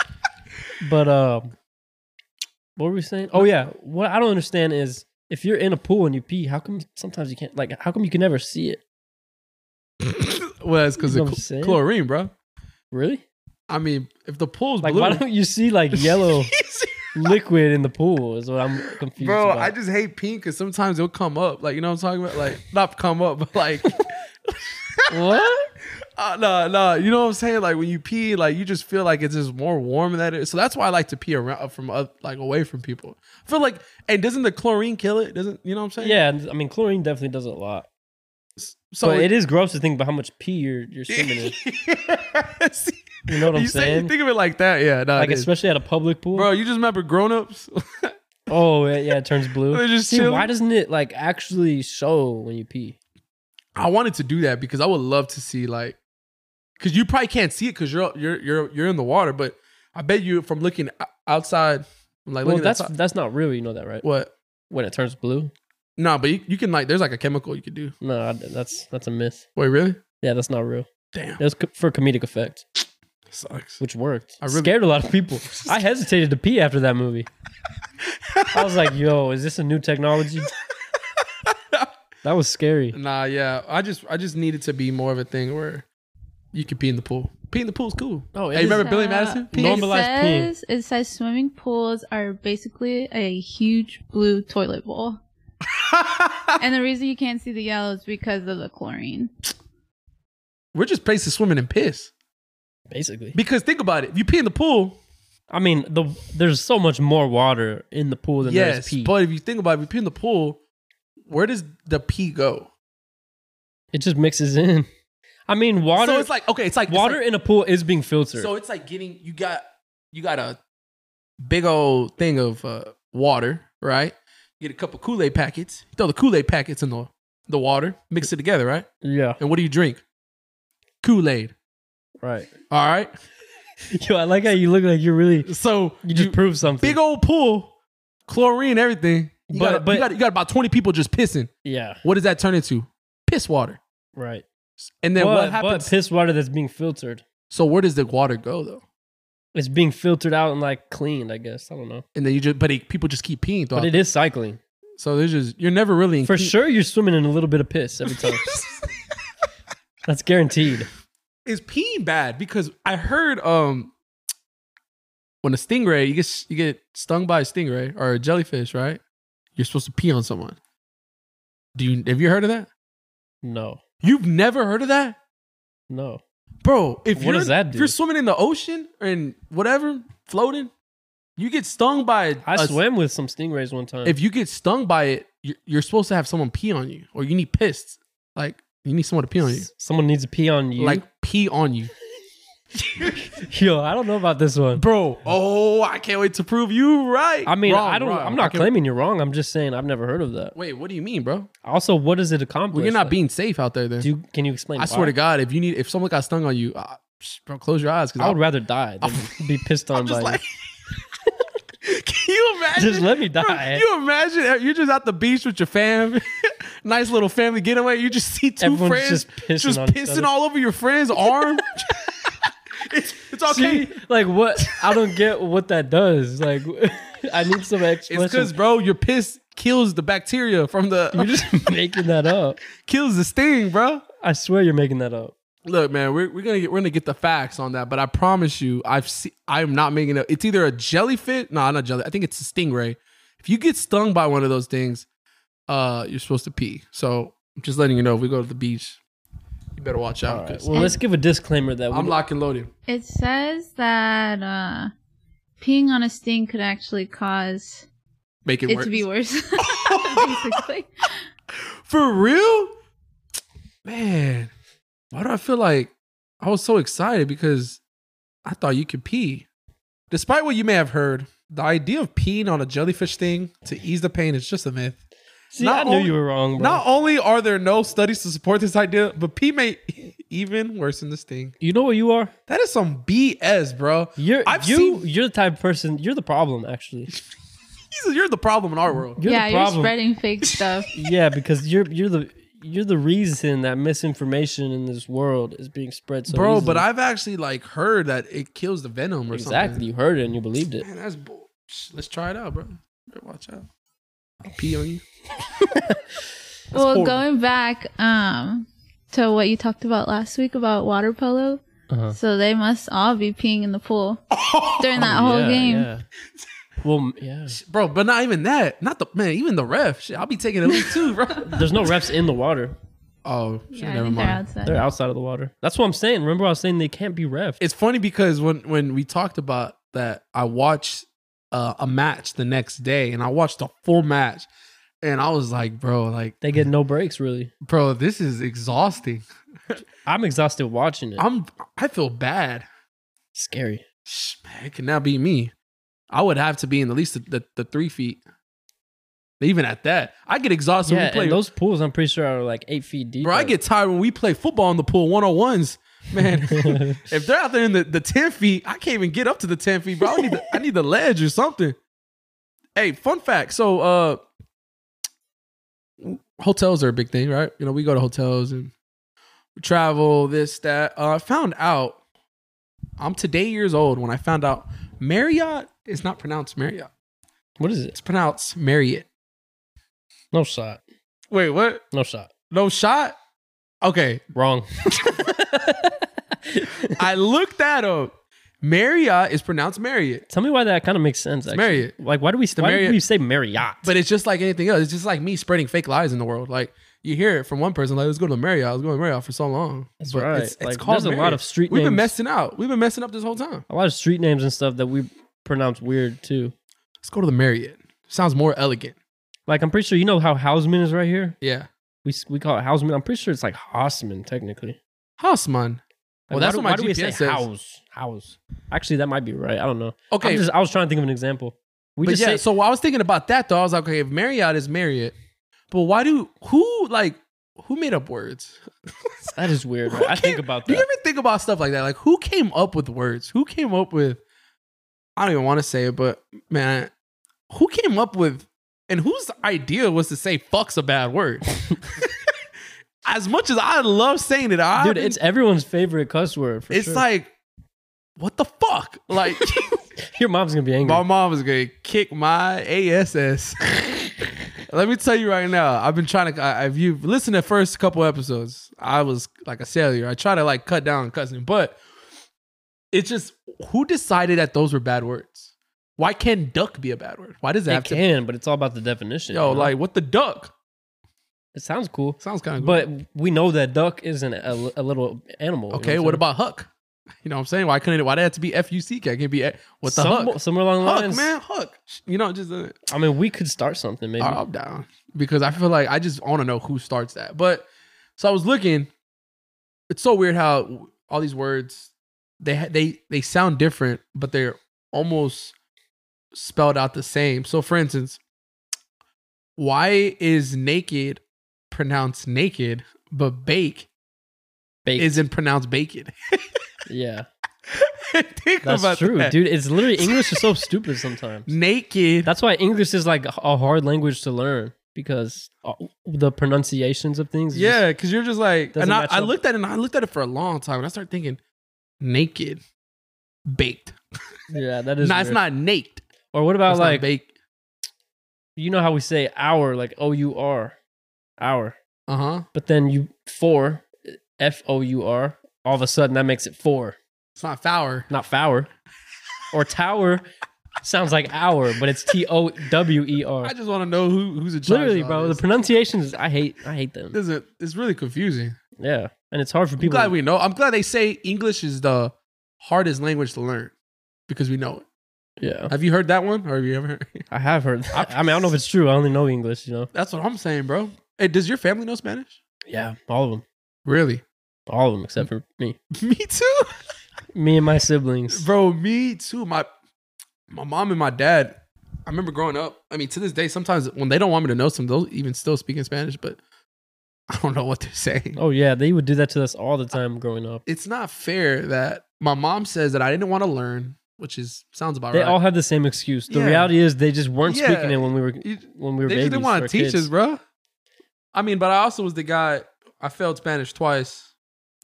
But um, what were we saying? Oh yeah, what I don't understand is if you're in a pool and you pee, how come sometimes you can't? Like, how come you can never see it?
well, it's because
You know
of cl-
what I'm saying?
chlorine, bro.
Really?
I mean, if the pool's
Like,
blue,
why don't you see like yellow liquid in the pool? Is what I'm confused
bro?
about.
I just hate pink because sometimes it'll come up. Like you know what I'm talking about? Like not come up, but like
what?
uh, no, no. You know what I'm saying? Like when you pee, like you just feel like it's just more warm than that. Is. So that's why I like to pee around uh, from oth- like away from people. I feel like and doesn't the chlorine kill it? Doesn't you know what I'm saying?
Yeah, and- I mean chlorine definitely does it a lot.
So
but it is gross to think about how much pee you're you're swimming in.
See,
You know what I'm
you say- you
saying?
think of it like that, yeah. No,
like
it is.
especially at a public pool.
bro, you just remember grown ups.
Oh yeah, yeah, it turns blue.
They're just
See,
chilling.
why doesn't it like actually show when you pee?
I wanted to do that because I would love to see like, because you probably can't see it because you're you're you're you're in the water, but I bet you from looking o- outside, like
well,
looking
that's
outside-
that's not real. You know that, right?
what?
When it turns blue.
No, but you, you can like, there's like a chemical you could do.
No, I- that's that's a myth.
Wait, really?
Yeah, that's not real.
Damn,
It was co- for comedic effect,
sucks.
which worked.
I
I
really-
scared a lot of people. I hesitated to pee after that movie. I was like, "Yo, is this a new technology?" That was scary.
Nah, yeah, I just I just needed to be more of a thing where you could pee in the pool. Pee in the pool's cool.
Oh,
Hey,
it is-
remember Billy
Uh,
Madison?
It
Normalized peeing.
says, It says swimming pools are basically a huge blue toilet bowl. and the reason you can't see the yellow is because of the chlorine.
We're just places swimming in piss.
basically.
Because think about it, if you pee in the pool,
I mean, the there's so much more water in the pool than there is
yes,
pee.
but if you think about it, if you pee in the pool, where does the pee go?
it just mixes in. I mean, water.
so it's like okay, it's like it's
water
like-
in a pool is being filtered.
so it's like getting you got you got a big old thing of uh, water, right? You get a couple Kool Aid packets, throw the Kool Aid packets in the the water, mix it together, right?
yeah,
And what do you drink? Kool Aid.
right.
All right.
Yo, I like how you look like you're really.
So
You just proved something.
big old pool, chlorine, everything. You,
But-
got,
but-
you, got, you got about twenty people just pissing.
yeah,
What does that turn into? Piss water.
right.
And then
but,
what happens?
But piss water that's being filtered.
so where does the water go though?
It's being filtered out and like cleaned. I guess I don't know.
And then you just but it, people just keep peeing throughout.
But it is cycling
so there's just you're never really in
for
clean-
sure. You're swimming in a little bit of piss every time. that's guaranteed.
is peeing bad because I heard um when a stingray you get you get stung by a stingray or a jellyfish, right? You're supposed to pee on someone. Do you have you heard of that?
No,
You've never heard of that,
no.
bro? If
What
you're,
does that
If
do?
you're swimming in the ocean and whatever floating, you get stung by. a-
I
a-
swam with some stingrays one time.
If you get stung by it, you're, you're supposed to have someone pee on you, or you need pissed. Like you need someone to pee on you,
S- Someone needs to pee on you.
like pee on you.
Yo, I don't know about this one.
bro. Oh, I can't wait to prove you right.
I mean,
Wrong,
I don't.
wrong.
I'm
I
not
can't-
claiming you're wrong. I'm just saying I've never heard of that.
Wait, what do you mean, bro?
Also, what does it accomplish?
Well, you're not
Like,
being safe out there. Then
Do you, can you explain?
I swear to God, if you need, if someone got stung on you, uh, psh, bro, close your eyes because
I would rather die than be pissed on
I'm
by
just like.
you.
Can you imagine?
Just let me
Bro,
die.
you imagine uh, you're just at the beach with your fam, nice little family getaway. You just see two
Everyone's
friends
just pissing
just
on each
pissing
other.
all over your friend's arm. it's, it's okay.
See, like what? I don't get what that does. Like, I need some
it's because,
explanation.
bro, your piss kills the bacteria from the
You're just making that up.
kills the sting, bro.
I swear you're making that up.
Look, man, we're, we're gonna get we're gonna get the facts on that, but I promise you, I've se- I'm not making it. It's either a jellyfish, no, not jelly. I think it's a stingray. If you get stung by one of those things, uh, you're supposed to pee. So I'm just letting you know, if we go to the beach, you better watch out.
All right.
'cause
Well, let's give a disclaimer that we
I'm locked and loaded.
It says that uh, peeing on a sting could actually cause
Make it,
it
worse.
to be worse. Basically.
For real, man. Why do I feel like I was so excited because I thought you could pee? Despite what you may have heard, the idea of peeing on a jellyfish thing to ease the pain is just a myth.
see.
not
I knew
only-
you were wrong, bro.
Not only are there no studies to support this idea, but pee may even worsen this thing.
you know what you are.
That is some BS, bro.
You're
I've
you.
seen-
You're the type of person. You're the problem, actually.
Jesus, You're the problem in our world.
You're
yeah,
the
you're
problem.
spreading fake stuff.
Yeah, because you're you're the you're the reason that misinformation in this world is being spread so
Bro,
easily.
but I've actually like heard that it kills the venom or
exactly
something.
you heard it and you believed it.
Man, that's bull. Let's try it out, bro. Better watch out. I'll pee on you.
well,
horrible.
going back, um, to what you talked about last week about water polo.
Uh-huh. Oh,
So they must all be peeing in the pool during that whole
Yeah,
game.
yeah. Well, m- yeah.
bro. But not even that. Not the man. Even the ref. Shit, I'll be taking at least two, bro.
There's no refs in the water.
oh, shit,
Yeah, I
never
think they're
mind.
outside.
They're outside of the water. That's what I'm saying. Remember, I was saying they can't be refs.
It's funny because when when we talked about that, I watched uh, a match the next day, and I watched the full match, and I was like, bro, like,
they get no breaks, really.
bro, this is exhausting.
I'm exhausted watching it.
I'm I feel bad.
Scary.
Shh, man, it cannot be me. I would have to be in at least the, the, the three feet. Even at that, I get exhausted
yeah,
when we play.
and those pools, I'm pretty sure, are like eight feet deep.
bro, I get tired when we play football in the pool 101s. Man, if they're out there in the, the 10 feet, I can't even get up to the 10 feet, bro. I need the, I need the ledge or something. Hey, fun fact. So, uh, hotels are a big thing, right? You know, we go to hotels and we travel, this, that. Uh, I found out, I'm today years old when I found out Marriott is not pronounced Marriott.
What is it?
It's pronounced Marriott.
No shot.
Wait, what?
No shot.
No shot? Okay.
Wrong.
I looked that up. Marriott is pronounced Marriott.
Tell me why that kind of makes sense. actually.
Marriott.
Like, why do we? why
Marriott.
do we say Marriott?
But it's just like anything else. It's just like me spreading fake lies in the world. Like you hear it from one person, like let's go to Marriott. I was going to Marriott for so long.
That's
But
right.
It's, it's
Like,
called
there's a lot
Marriott.
of street
We've been
names.
messing out. We've been messing up this whole time.
a lot of street names and stuff that we pronounce weird too.
Let's go to the Marriott. Sounds more elegant.
Like, I'm pretty sure you know how Hausman is right here.
Yeah.
We s- we call it Hausman. I'm pretty sure it's like Hausman technically.
Hausmann. Well,
Like,
that's what
why do-
my
why do we
GPS
say
says.
Haus? Haus. Actually, that might be right. I don't know.
Okay.
I'm just, I was trying to think of an example. We
but
just
yeah,
say
so I was thinking about that though. I was like, okay, if Marriott is Marriott, but why do who like who made up words?
that is weird.
Who
Right? I think
came-
about
Do you
that.
ever think about stuff like that? Like who came up with words? Who came up with I don't even want to say it, but man, who came up with and whose idea was to say fuck's a bad word? as much as I love saying it, I
Dude, it's everyone's favorite cuss word. For
it's
sure.
like what the fuck? Like
your mom's gonna be angry.
my mom is gonna kick my ass. Let me tell you right now, I've been trying to. I, if you've listened to the first couple episodes, I was like a failure. I try to like cut down on cussing, but it's just who decided that those were bad words? Why can't duck be a bad word? Why does that have
it
to?
can, but it's all about the definition.
Yo,
you know?
like what the duck?
it sounds cool,
Sounds kind of.
but we know that duck isn't a, a little animal. you know
okay,
I'm
what
saying?
about huck? You know what I'm saying? Why couldn't it? Why did it have to be F U C K? It can't be a, what the
Some-
huck?
Somewhere along the
Huck,
lines,
man, huck. You know, just. Uh,
I mean, we could start something maybe.
I'm down because I feel like I just want to know who starts that. But so I was looking. It's so weird how all these words they ha- they they sound different, but they're almost spelled out the same. So for instance, why is naked pronounced naked, but bake
Baked.
isn't pronounced baked?
yeah,
Think
that's
about
true,
that.
dude. It's literally English is so stupid sometimes.
Naked.
That's why English is like a hard language to learn because uh, the pronunciations of things. is just-
Yeah, because you're just like,
Doesn't
and I,
match
I
up.
looked at it and I looked at it for a long time and I started thinking, naked, baked.
yeah, that
No,
is.
it's
weird.
not naked.
Or what about
It's not
like
baked.
you know how we say hour like O U R, hour,
Uh huh.
but then you four F O U R. All of a sudden, that makes it four.
It's not four.
not Fower. Or Tower sounds like hour, but it's T O W E R.
I just want to know who who's a charge
Literally,
of all
bro, the
This.
pronunciations I hate I hate them.
This is it's really confusing.
Yeah. And it's hard for
I'm
people
glad we know. I'm glad they say English is the hardest language to learn because we know it.
Yeah.
Have you heard that one, or have you ever? heard
I have heard that. I mean, I don't know if it's true. I only know English, you know.
That's what I'm saying, bro. Hey, does your family know Spanish?
Yeah. All of them.
Really?
All of them
Mm.
except for me.
Me too.
Me and my siblings.
Bro, me too. My my mom and my dad. I remember growing up. I mean, to this day, sometimes when they don't want me to know something, they'll even still speak in Spanish, but I don't know what they're saying.
Oh yeah, they would do that to us all the time growing up.
It's not fair that my mom says that I didn't want to learn, which is sounds about
They
right.
all have the same excuse. The
Yeah.
reality is they just weren't
Yeah.
speaking it when we were
You-
when we were
they
babies.
just didn't want
or
to teach
kids.
us, bro. I mean, but I also was the guy. I failed Spanish twice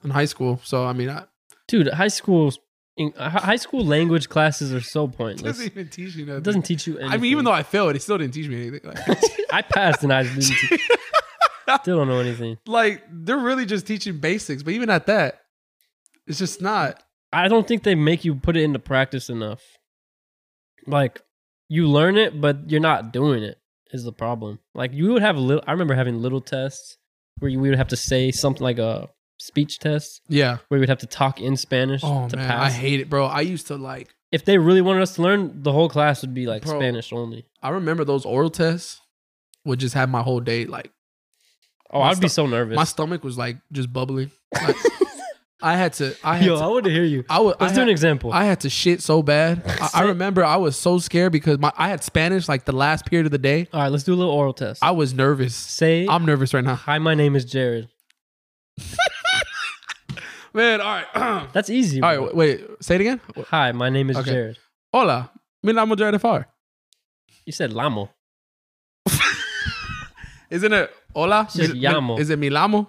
in high school, so I mean, I
Dude, high school in- hi- high school language classes are so
it
pointless.
doesn't even teach you nothing.
It doesn't teach you anything.
I mean, even though I failed, it still didn't teach me anything. Like,
I passed and I didn't. Still don't know anything.
like they're really just teaching basics, but even at that, it's just not.
I don't think they make you put it into practice enough. Like you learn it, but you're not doing it is the problem. Like you would have little. I remember having little tests where you, we would have to say something like a speech test
Yeah.
where we would have to talk in Spanish
Oh
to
man, I
pass.
hate it, bro. I used to like.
if they really wanted us to learn, the whole class would be like
Bro.
Spanish only.
I remember those oral tests would just have my whole day like
Oh,
My
I'd be
sto-
so nervous.
my stomach was like just bubbling. Like, I had to. I had
Yo,
to.
I want to hear you.
I was. I
Let's do
had,
an example.
I had to shit so bad. I, I
Say-
remember I was so scared because my I had Spanish like the last period of the day.
All right, let's do a little oral test.
I was nervous.
Say,
I'm nervous right now,
"Hi, my name is Jared."
man. All right.
That's easy.
All right,
bro.
wa- wait. Say it again.
Hi, my name is
Okay.
Jared.
Hola, mi nombre Jared Farr.
You said Lamo.
Isn't it hola?
It's just
Mi-
llamo.
Is it milamo?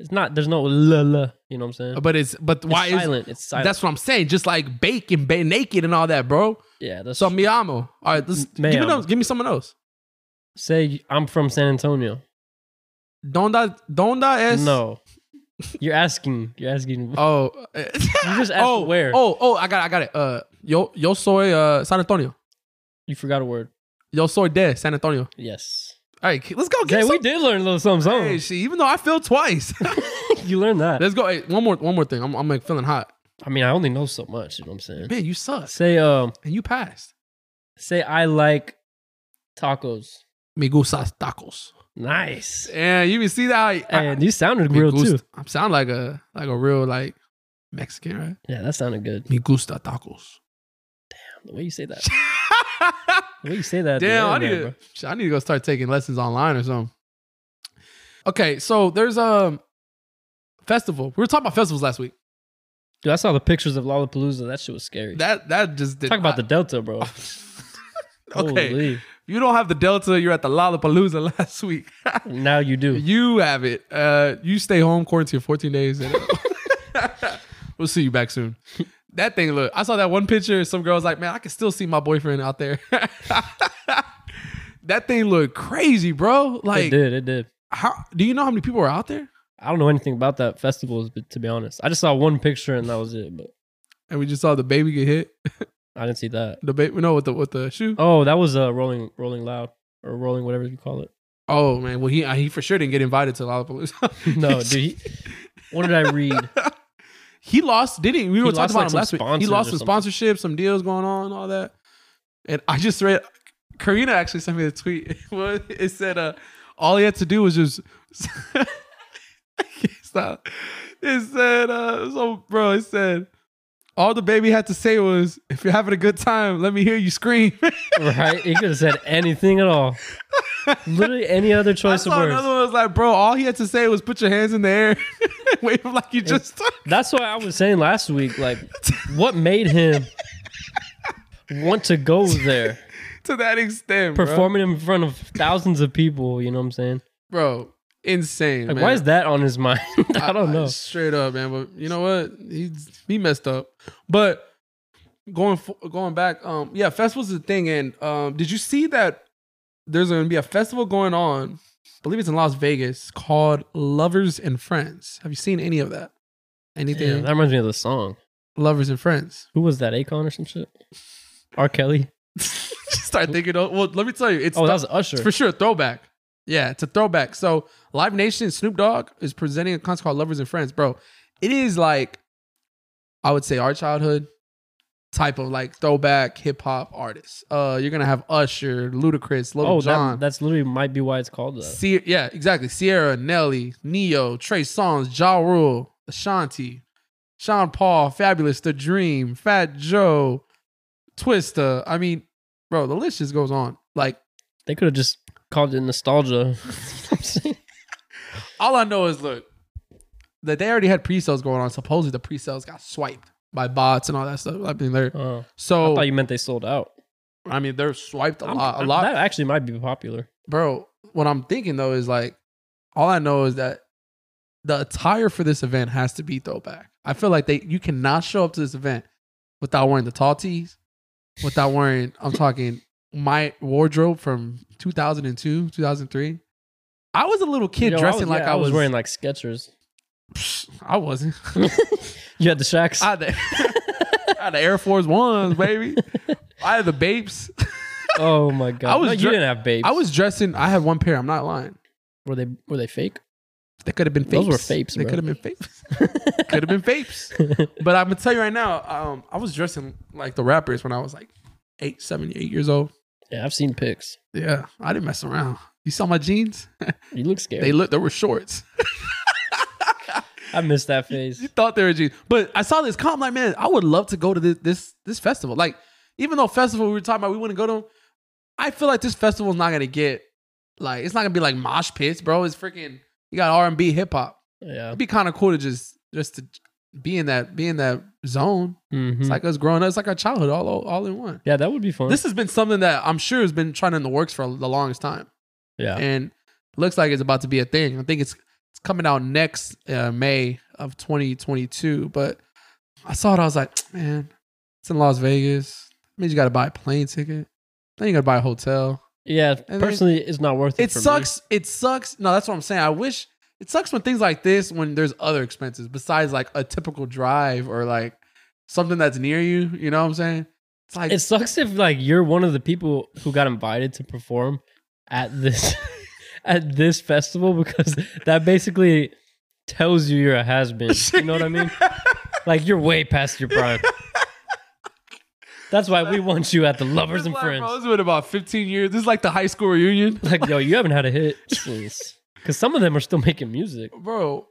It's not. There's no la la. You know what I'm saying?
But it's but
It's
why is
silent? It's silent.
that's what I'm saying? Just like bake and ba- naked and all that, bro.
yeah. That's
So mi amo. All right, let's
Me
give me
amo.
those. Give me someone else.
say I'm from San Antonio.
Donda donda es
No, you're asking. You're asking.
Oh, you
just asked
oh,
where.
Oh, oh, I got, it, I got it. Uh, yo, yo soy uh San Antonio.
You forgot a word.
Yo soy de San Antonio.
Yes.
All right, let's go. Get
Hey,
some-
we did learn a little something.
Hey,
something.
shit, even though I feel twice,
you learned that.
let's go. Hey, one more, one more thing. I'm, I'm like feeling hot.
I mean, I only know so much. You know what I'm saying?
Man, you suck,
Say um.
and you passed.
Say I like tacos.
Me gustas tacos.
Nice.
And you can see that. I, I-
And you sounded
me
real
gusta-
too.
I sound like a like a real like Mexican, right?
Yeah, that sounded good.
Me gusta tacos.
The way you say that. The way you say that.
Damn,
yeah,
I need
man,
to,
bro.
shit, I need to go start taking lessons online or something. Okay, so there's a festival. We were talking about festivals last week.
Dude, I saw the pictures of Lollapalooza. That shit was scary.
That Oh. that just did
Talk about the Delta, bro.
okay.
Holy.
You don't have the Delta. You're at the Lollapalooza last week.
Now you do.
you have it. Uh, you stay home, quarantine, 14 days. And, we'll see you back soon. That thing, look, I saw that one picture. Some girl's like, man, I can still see my boyfriend out there. that thing looked crazy, bro.
it
Like,
did. It did.
how do you know how many people are out there?
I don't know anything about that festival, but to be honest, I just saw one picture and that was it. But
And we just saw the baby get hit.
I didn't see that.
The baby, no, with the with the shoe. Oh,
Oh, that was uh, rolling, rolling loud or rolling whatever you call it.
Oh, man, well he he for sure didn't get invited to Lollapalooza.
No, dude. He, what did I read?
he lost. Didn't he? we
He
were talking
lost,
about
like,
him
some
last week? He
sponsors
lost
or
some
something.
sponsorships, some deals going on, all that. And I just read. Karina actually sent me the tweet. Well, it said, uh, "All he had to do was just." Stop. It said, uh, "So, bro," it said. All the baby had to say was, "If you're having a good time, let me hear you scream."
Right? He could have said anything at all. Literally any other
I
choice of
saw
words.
another one was like, "Bro, all he had to say was put your hands in the air, wave them like you just."
That's why I was saying last week, like, what made him want to go there,
to that extent, bro.
performing in front of thousands of people? You know what I'm saying?
bro. Insane.
Like,
man.
why is that on his mind? I don't know.
Straight up, man. But you know what? He he messed up. But going fo- going back, um, yeah, festival's the thing. And um, did you see that there's going to be a festival going on? I believe it's in Las Vegas called Lovers and Friends. Have you seen any of that? Anything?
Damn, that reminds me of the song.
Lovers and Friends.
Who was that? Akon or some shit? R. Kelly.
Start thinking. Oh, well, let me tell you, it's
Oh,
the-
that was Usher.
It's for sure a throwback. Yeah, it's a throwback. So Live Nation Snoop Dogg is presenting a concert called Lovers and Friends, bro. It is like I would say our childhood type of like throwback hip hop artists. Uh you're gonna have Usher, Ludacris, Lil
oh, that, uh,
Jon.
that's literally might be why it's called that.
Sie- yeah, exactly. Sierra, Nelly, Neo, Trey Songz, Ja Rule, Ashanti, Sean Paul, Fabulous, The Dream, Fat Joe, Twista. I mean, bro, the list just goes on. Like
They could have just called it nostalgia. I'm saying?
All I know is look that they already had pre-sales going on. Supposedly the pre-sales got swiped by bots and all that stuff. I mean, they're
oh, I
so
thought you meant they sold out.
I mean they're swiped a
I'm-
lot, a
I'm-
lot,
That actually might be popular.
bro. What I'm thinking though is like all I know is that the attire for this event has to be throwback. I feel like they you cannot show up to this event without wearing the tall tees, without wearing I'm talking my wardrobe from 2002, 2003. I was a little kid
Yo,
dressing
was-
like
yeah,
I was.
wearing like Skechers.
I wasn't.
You had the shacks.
I had the, I had the Air Force Ones, baby. I had the Bapes.
oh my god!
I was
no, you
dre-
didn't have babes.
I was dressing. I had one pair. I'm not lying.
Were they were they fake?
They could have been
Those
fapes.
were fapes,
They
bro.
could have been fapes. could have been fapes. But I'm gonna tell you right now, um, I was dressing like the rappers when I was like eight, seven, eight years old.
Yeah, I've seen pics.
Yeah, I didn't mess around. You saw my jeans?
You look scared.
They look. They were shorts.
I missed that phase.
You thought they were jeans, but I saw this comp. I'm Like, man, I would love to go to this this this festival. Like, even though festival we were talking about, we wouldn't go to. I feel like this festival's not gonna get like it's not gonna be like mosh pits, bro. It's freaking you got R and B, hip hop.
Yeah.
It'd be kind of cool to just just to be in that be in that zone.
Mhm.
It's like us growing up. It's like our childhood all all in one.
yeah, that would be fun.
This has been something that I'm sure has been trying in the works for the longest time
yeah.
and looks like it's about to be a thing. I think it's it's coming out next uh, May of 2022. But I saw it, I was like, man, it's in Las Vegas. That means you got to buy a plane ticket. Then you got to buy a hotel.
Yeah,
then-
personally, it's not worth it.
It
for me.
sucks. It sucks. No, that's what I'm saying. I wish it sucks when things like this, when there's other expenses besides like a typical drive or like something that's near you. You know what I'm saying? It's like
It sucks if like you're one of the people who got invited to perform at this at this festival because that basically tells you you're a has been. You know what I mean? Like you're way past your prime. That's why we want you at the lovers
It's
and
like,
friends.
Bro, this has been about 15 years. This is like the high school reunion.
Like yo, you haven't had a hit, because some of them are still making music.
bro.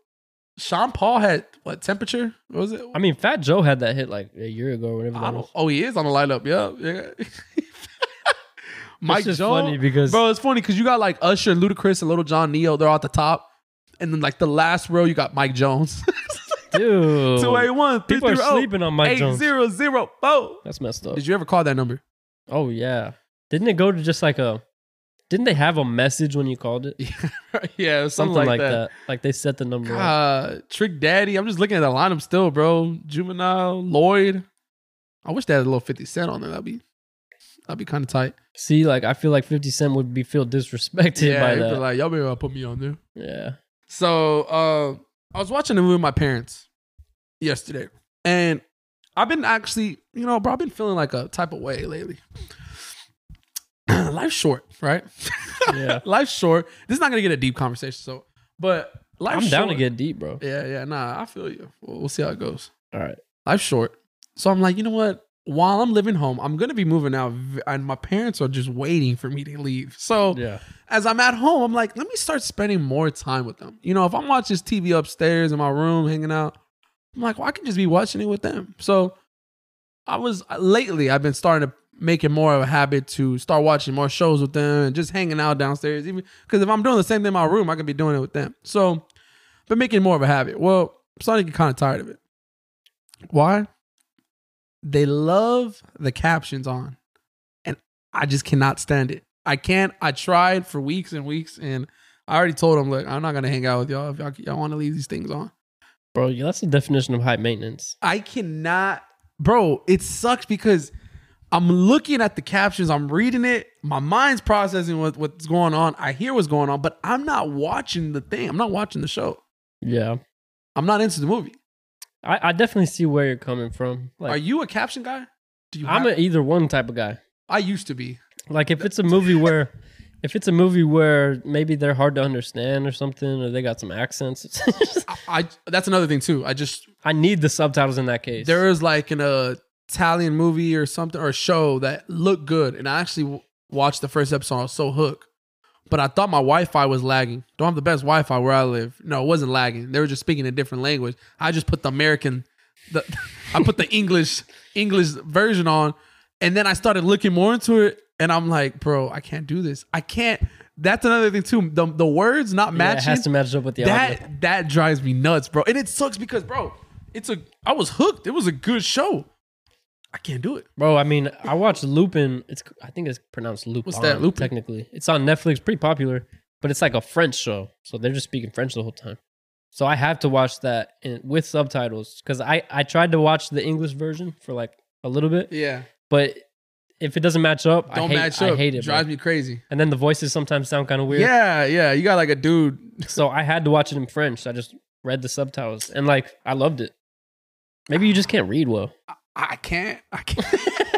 Sean Paul had what temperature? What was it?
I mean, Fat Joe had that hit like a year ago or whatever.
I
That
don't,
was.
oh, he is on the lineup. Yeah, yeah. Mike
just
Jones,
funny because-
bro, it's funny because you got like Usher, Ludacris, and Little John Neo. They're all at the top, and then like the last row, you got Mike Jones.
Dude,
Two eight one three
people are
three zero
sleeping on Mike
eight
Jones.
zero zero four.
That's messed up.
Did you ever call that number?
Oh yeah. Didn't it go to just like a didn't they have a message when you called it?
yeah, it was
Something, like, that. Like they set the number. up.
Uh, Trick Daddy. I'm just looking at the lineup still, bro. Juvenile, Lloyd. I wish they had a little 50 Cent on there. That'd be, that'd be kind of tight.
See, like I feel like 50 Cent would be feel disrespected by
they'd be
that.
like, y'all better not put me on there.
yeah.
So uh, I was watching a movie with my parents yesterday, and I've been actually, you know, bro, I've been feeling like a type of way lately. Life's short, right?
Yeah.
Life's short. This is not gonna get a deep conversation, so but life's
I'm down to
short.
get deep, bro.
Yeah, yeah, nah, I feel you. We'll, we'll see how it goes.
All right.
Life's short, so I'm like, you know what? While I'm living home, I'm gonna be moving out, v- and my parents are just waiting for me to leave. So
Yeah.
as I'm at home, I'm like, let me start spending more time with them. You know, if I'm watching TV upstairs in my room, hanging out, I'm like, well, I can just be watching it with them. So I was lately, I've been starting to make it more of a habit to start watching more shows with them and just hanging out downstairs. Even because if I'm doing the same thing in my room, I could be doing it with them. So, but making it more of a habit. Well, I'm starting to get kind of tired of it. Why? They love the captions on. I just cannot stand it. I can't. I tried for weeks and weeks, and I already told them, look, I'm not gonna hang out with y'all if y'all, y'all want to leave these things on.
Bro, yeah, that's the definition of high maintenance.
I cannot, bro. It sucks because I'm looking at the captions, I'm reading it, my mind's processing what, what's going on. I hear what's going on, but I'm not watching the thing. I'm not watching the show.
Yeah.
I'm not into the movie.
I, I definitely see where you're coming from. Like
Are you a caption guy? Do you?
I'm
have-
an either one type of guy.
I used to be.
Like if it's a movie where if it's a movie where maybe they're hard to understand or something or they got some accents.
I, I. That's another thing too. I just
I need the subtitles in that case.
there was like an uh, Italian movie or something or a show that looked good, and I actually w- watched the first episode. I was so hooked, but I thought my Wi-Fi was lagging. Don't have the best Wi-Fi where I live. No, it wasn't lagging. They were just speaking a different language. I just put the American, the I put the English English version on, and then I started looking more into it, and I'm like, bro, I can't do this. I can't. That's another thing too. The the words not
Yeah,
matching
it has to match up with the audio.
that that drives me nuts, bro. And it sucks because, bro, it's a I was hooked. It was a good show. I can't do it.
Bro, I mean, I watched Lupin. It's I think it's pronounced Lupin.
What's that, Lupin?
Technically, it's on Netflix, pretty popular, but it's like a French show, so they're just speaking French the whole time. So I have to watch that in, with subtitles because I I tried to watch the English version for like a little bit,
Yeah.
but if it doesn't match up, I
Don't
hate,
match
I
up.
hate it. bro.
Drives me crazy.
And then the voices sometimes sound kind of weird.
Yeah, yeah. You got like a dude.
So I had to watch it in French. So I just read the subtitles and like I loved it. Maybe you just can't read well.
I can't. I can't.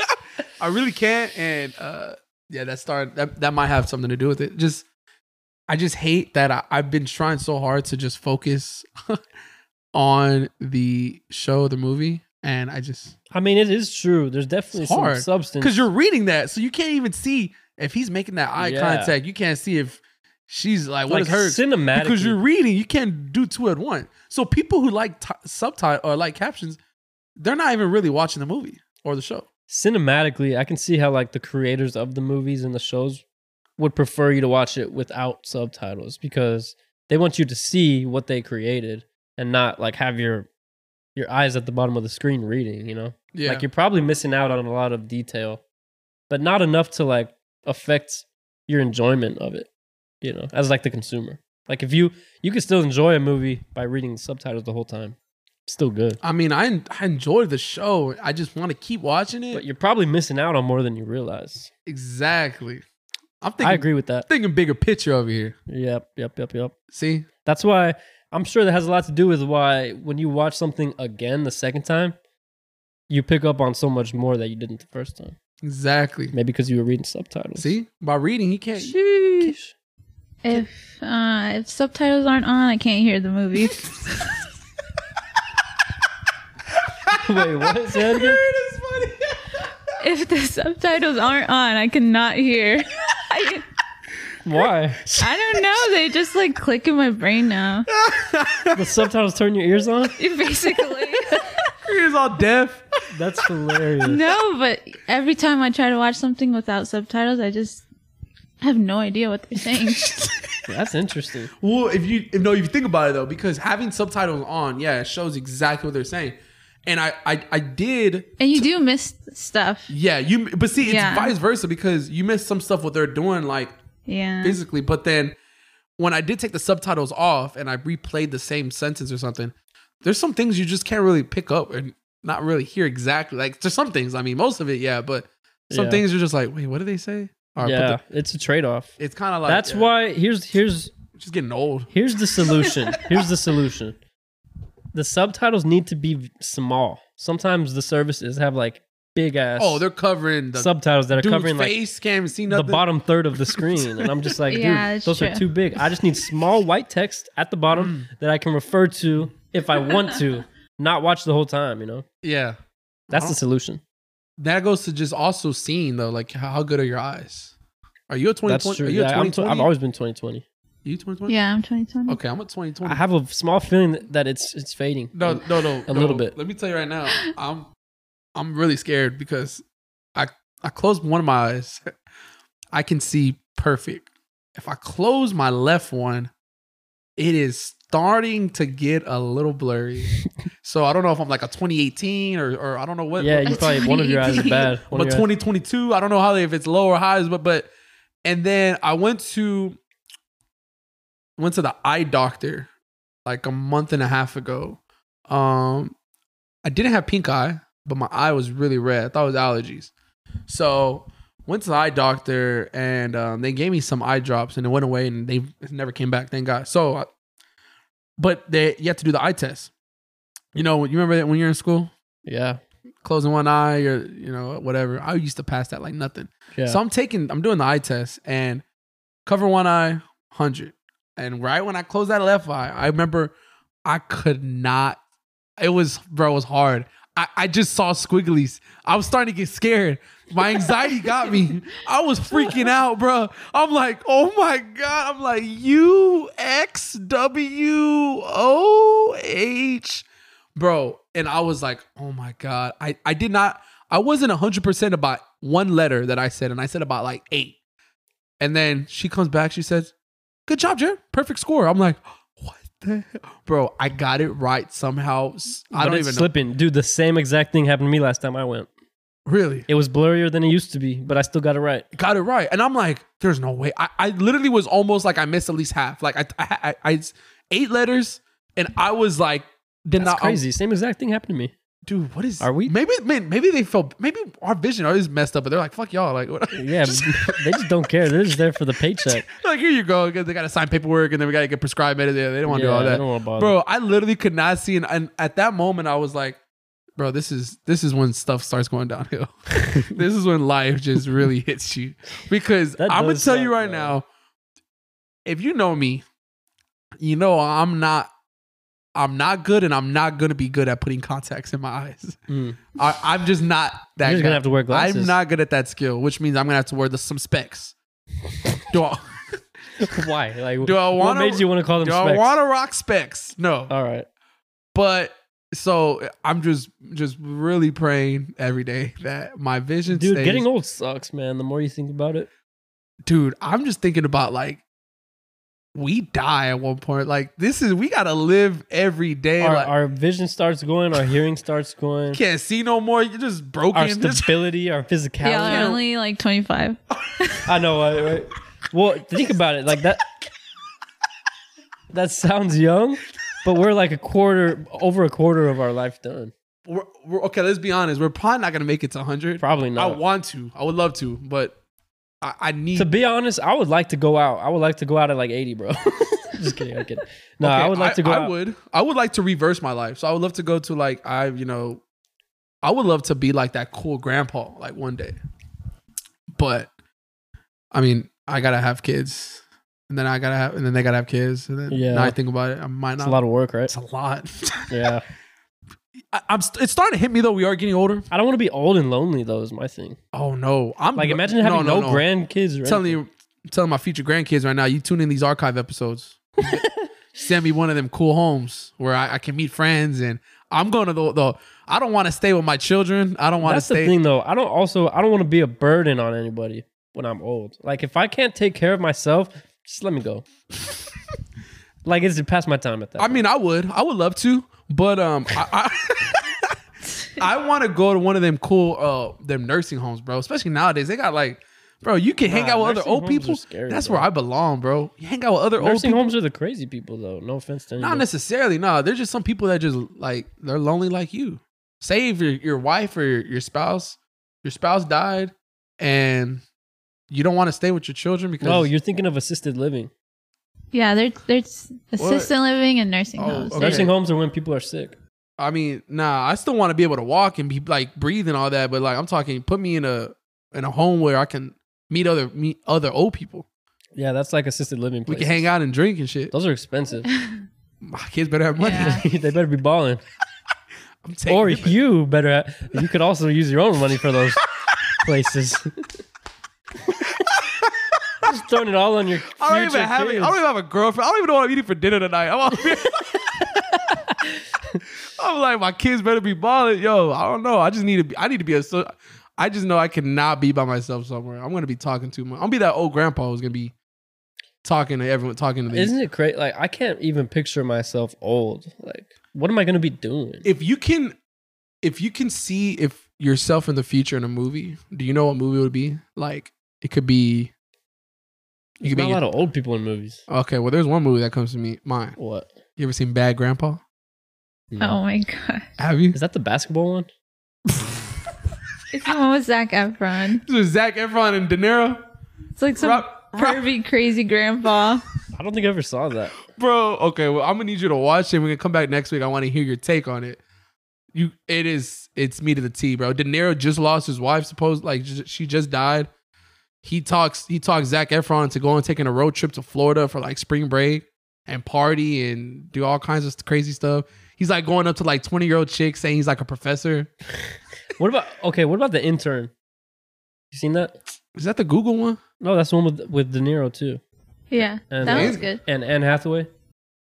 I really can't. And uh, yeah, that started. That that might have something to do with it. Just, I just hate that I, I've been trying so hard to just focus on the show, the movie, and I just
I mean, it is true. There's definitely some
hard,
substance.
because you're reading that, so you can't even see if he's making that eye
Yeah.
contact. You can't see if she's like what is
like
her
cinematic.
because you're reading you can't do two at once so people who like t- subtitle or like captions they're not even really watching the movie or the show
cinematically, I can see how like the creators of the movies and the shows would prefer you to watch it without subtitles because they want you to see what they created and not like have your your eyes at the bottom of the screen reading, you know?
yeah
Like you're probably missing out on a lot of detail, but not enough to like affect your enjoyment of it, you know, as like the consumer. Like if you you can still enjoy a movie by reading the subtitles the whole time. Still good.
i mean I, en- I enjoy the show i just want to keep watching it
But you're probably missing out on more than you realize.
exactly i'm thinking
I agree with that.
thinking bigger picture over here
Yep, yep, yep, yep.
see
That's why I'm sure that has a lot to do with why when you watch something again the second time, you pick up on so much more that you didn't the first time.
exactly
Maybe because you were reading subtitles.
see by reading he can't
Sheesh.
If uh, if subtitles aren't on, I can't hear the movie.
Wait, what? Say that again?
if the subtitles aren't on, I cannot hear. I,
Why?
I don't know. They just like click in my brain now.
The subtitles turn your ears on?
Basically,
he's all deaf
That's hilarious.
no. But every time I try to watch something without subtitles, I just have no idea what they're saying.
That's interesting.
Well, if you if, no, if you think about it though, because having subtitles on, yeah, it shows exactly what they're saying. And I I, I did,
and you do miss stuff.
yeah. You but see, it's
Yeah.
vice versa because you miss some stuff what they're doing like
Yeah.
physically, but then when I did take the subtitles off and I replayed the same sentence or something, there's some things you just can't really pick up and not really hear exactly. Like there's some things, I mean, most of it, yeah, but some
Yeah.
things you're just like, wait, what did they say? All right, but
yeah,
the-
it's a trade off.
it's kind of like
That's
yeah,
why here's here's
just getting old.
Here's the solution. Here's the solution. The subtitles need to be v- small. Sometimes the services have like big ass
Oh, they're covering the
subtitles that are
dude's
covering like
face. can't even see
the
nothing.
bottom third of the screen. And I'm just like,
Yeah,
dude,
that's
those are too
true.
big. I just need small white text at the bottom
Mm.
that I can refer to if I want to, not watch the whole time, you know?
Yeah.
That's
I
the
don't-
solution.
That goes to just also seeing though, like how how good are your eyes? Are you a twenty
That's
twenty?
true.
Are you a
Yeah, I'm
twenty
tw-
twenty?
I've always been 2020.
you twenty twenty?
Yeah, I'm 2020.
Okay, I'm a twenty
I
twenty.
have a small feeling that- that it's it's fading.
No, no, no.
A
no.
little bit.
Let me tell you right now, I'm I'm really scared because I I close one of my eyes, I can see perfect. If I close my left one, it is starting to get a little blurry. so I don't know if I'm like a 2018 or or I don't know what.
yeah, you
That's
probably one of your eyes is
2018.
bad. One of
but
your eyes-
2022 i don't know how if it's low or highs but but and then i went to went to the eye doctor like a month and a half ago um i didn't have pink eye but my eye was really red i thought it was allergies so went to the eye doctor and um, they gave me some eye drops and it went away and they it never came back thank god so I, but they you have to do the eye test you know you remember that when you're in school
yeah.
closing one eye or you know whatever i used to pass that like nothing
Yeah.
so i'm taking i'm doing the eye test and cover one eye 100 and right when i closed that left eye i remember i could not it was bro it was hard I, I just saw squigglies. I was starting to get scared. My anxiety got me. I was freaking out, bro. I'm like, oh my God. I'm like, U X W O H bro and i was like oh my god i i did not i wasn't 100% about one letter that i said and i said about like eight and then she comes back she says good job jared perfect score i'm like what the hell? bro i got it right somehow S- i
But
don't
it's
even
slipping, dude. The same exact thing happened to me last time I went.
know really
It was blurrier than it used to be, but I still got it right.
got it right and i'm like there's no way i, I literally was almost like i missed at least half like i i, I, I eight letters and i was like did
That's
not I- um,
crazy. same exact thing happened to me.
dude, what is?
Are we-
Maybe, man, maybe they felt. Maybe our vision is messed up, and they're like, "Fuck y'all!" Like, what?
Yeah,
Just-
they just don't care. They're just there for the paycheck.
like here you go. They got to sign paperwork, and then we got to get prescribed medicine. They don't want to
Yeah,
do all
they
that,
don't wanna bother.
bro. I literally could not see, and, and at that moment, I was like, "Bro, this is this is when stuff starts going downhill. this is when life just really hits you." Because
That
I'm gonna
does
tell you
suck,
right
bro.
now, if you know me, you know I'm not. I'm not good, and I'm not gonna be good at putting contacts in my eyes.
Mm.
I, I'm just not that.
You're just
guy.
gonna have to wear glasses.
I'm not good at that skill, which means I'm gonna have to wear the, some specs. Do I,
Why? Like,
Do I
what
wanna-
made you want to call them?
do
specs?
I want to rock specs? No,
All right.
but so I'm just just really praying every day that my vision.
Dude,
stays-
getting old sucks, man. The more you think about it,
dude, I'm just thinking about like we die at one point. Like this is we gotta live every day.
our,
like,
our vision starts going, our hearing starts going,
can't see no more. You're just
our
broken. Just-
stability, our physicality.
Y'all are only like 25.
I know, right, right? Well, think about it. Like that. That sounds young, but we're like a quarter, over a quarter of our life done.
we're, we're, okay, let's be honest. We're probably not gonna make it to 100.
Probably
I
not.
want to. I would love to, but I, I need.
to be honest, I would like to go out. I would like to go out at like eighty, bro. Just kidding. I'm kidding. No,
Okay,
I would like to go
I
out.
would. I would like to reverse my life. So I would love to go to like I, you know, I would love to be like that cool grandpa like one day. But I mean, I gotta have kids, and then I gotta have, and then they gotta have kids, and then
Yeah.
now I think about it, I might
It's
not.
a lot of work, right?
It's a lot.
Yeah.
I, I'm. St- it's starting to hit me though. We are getting older.
I don't want to be old and lonely though. Is my thing.
Oh no! I'm
Like imagine having no,
grand.
grandkids. Or
I'm telling
anything.
you, I'm telling my future grandkids right now, you tune in these archive episodes. Send me one of them cool homes where I, I can meet friends, and I'm going to the. the I don't want to stay with my children. I don't want to
That's the
stay.
thing though. I don't also. I don't want to be a burden on anybody when I'm old. Like if I can't take care of myself, just let me go. like it's past my time at that.
I mean, I would, I would love to, but um, I. I I want to go to one of them cool uh them nursing homes, bro. Especially nowadays, they got like, bro, you can hang
Nah,
out with other
nursing
old
homes are
people.
scary,
That's
bro.
where I belong, bro. You hang out with other old
nursing
people.
homes are the crazy people though. No offense to
Not
anybody.
necessarily. No, there's just some people that just like they're lonely like you. Say if your your wife or your, your spouse, your spouse died, and you don't want to stay with your children because
No, you're thinking of assisted living.
Yeah, they're, they're s- assisted living and nursing
Oh,
homes.
okay.
They're-
Nursing homes are when people are sick.
I mean, nah, I still want to be able to walk and be like breathe and all that, but like I'm talking, put me in a in a home where I can meet other meet other old people.
Yeah, that's like assisted living.
We
Places.
can hang out and drink and shit.
Those are expensive.
My kids better have money.
Yeah.
they better be balling.
I'm taking
Or
it back.
you better. ha- You could also use your own money for those places. Just throwing it all on your future
I don't even have a, I
kids.
don't even have a girlfriend. I don't even know what I'm eating for dinner tonight. I'm, out here. I'm like my kids better be balling. Yo, I don't know. I just need to be. I need to be a. So, I just know I cannot be by myself somewhere. I'm gonna be talking too much. I'm gonna be that old grandpa who's gonna be talking to everyone, talking to me.
Isn't it crazy? Like I can't even picture myself old. Like what am I gonna be doing?
if you can, if you can see if yourself in the future in a movie, do you know what movie it would be? Like it could be. You could
There's
be
not a lot of old people in movies.
okay. Well, there's one movie that comes to me. Mine.
What?
You ever seen Bad Grandpa?
Oh my god.
Have you?
Is that the basketball one?
It's the one with Zach Efron.
This was Zach Efron and De Niro.
It's like some
Rob- Rob-
pervy crazy grandpa.
I don't think I ever saw that.
Bro, okay, well, I'm gonna need you to watch it. We're gonna come back next week. I wanna hear your take on it. You it is it's me to the T, bro. De Niro just lost his wife, supposed like j- she just died. He talks he talks Zach Efron to go and taking a road trip to Florida for like spring break and party and do all kinds of crazy stuff. He's like going up to like 20 year old chicks saying he's like a professor.
What about okay? What about the intern? You seen that?
Is that the Google one?
No, that's the one with with De Niro too.
Yeah.
And uh,
that
Amazing.
was good.
and Anne Hathaway.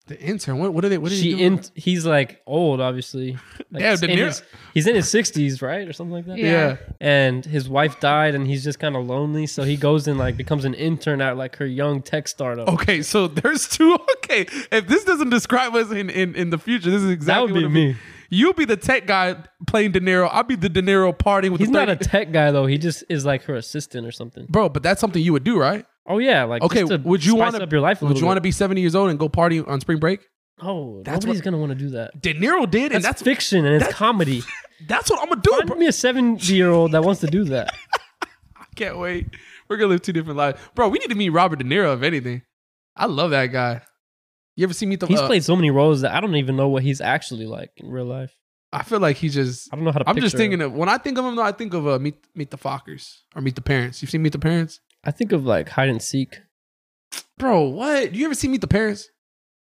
The intern. What what are they what are
she
they doing?
in, he's like old, obviously. Like,
Damn, De
in
Niro-
his- he's in his sixties, right, or something like that.
Yeah.
yeah.
And his wife died, and he's just kind of lonely, so he goes and like becomes an intern at like her young tech startup.
Okay, so there's two. Okay, if this doesn't describe us in in, in the future, this is
that
exactly
would be
what
me.
You'll be the tech guy playing De Niro. I'll be the De Niro partying with
He's
the
not a
30
tech guy though. He just is like her assistant or something.
bro. But that's something you would do, right?
Oh yeah, like
Okay,
just to
would you
spice
want to
up your life? A
Would you
want
want to be 70 years old and go party on spring break?
Oh,
That's
nobody's
what-
gonna want to do that.
De Niro did,
That's,
and that's
fiction and it's
that's-
comedy.
that's what I'm gonna do, bro.
Find me a seventy-year-old that wants to do that.
Can't wait. We're gonna live two different lives, bro. We need to meet Robert De Niro. If anything, I love that guy. You ever see Meet the?
He's
uh,
played so many roles that I don't even know what he's actually like in real life.
I feel like he just.
I don't know how to.
I'm just
picture him.
thinking of when I think of him though. I think of uh, Meet Meet the Fockers or Meet the Parents. You've seen Meet the Parents,
I think of like hide and seek.
bro? What? You ever see Meet the Parents?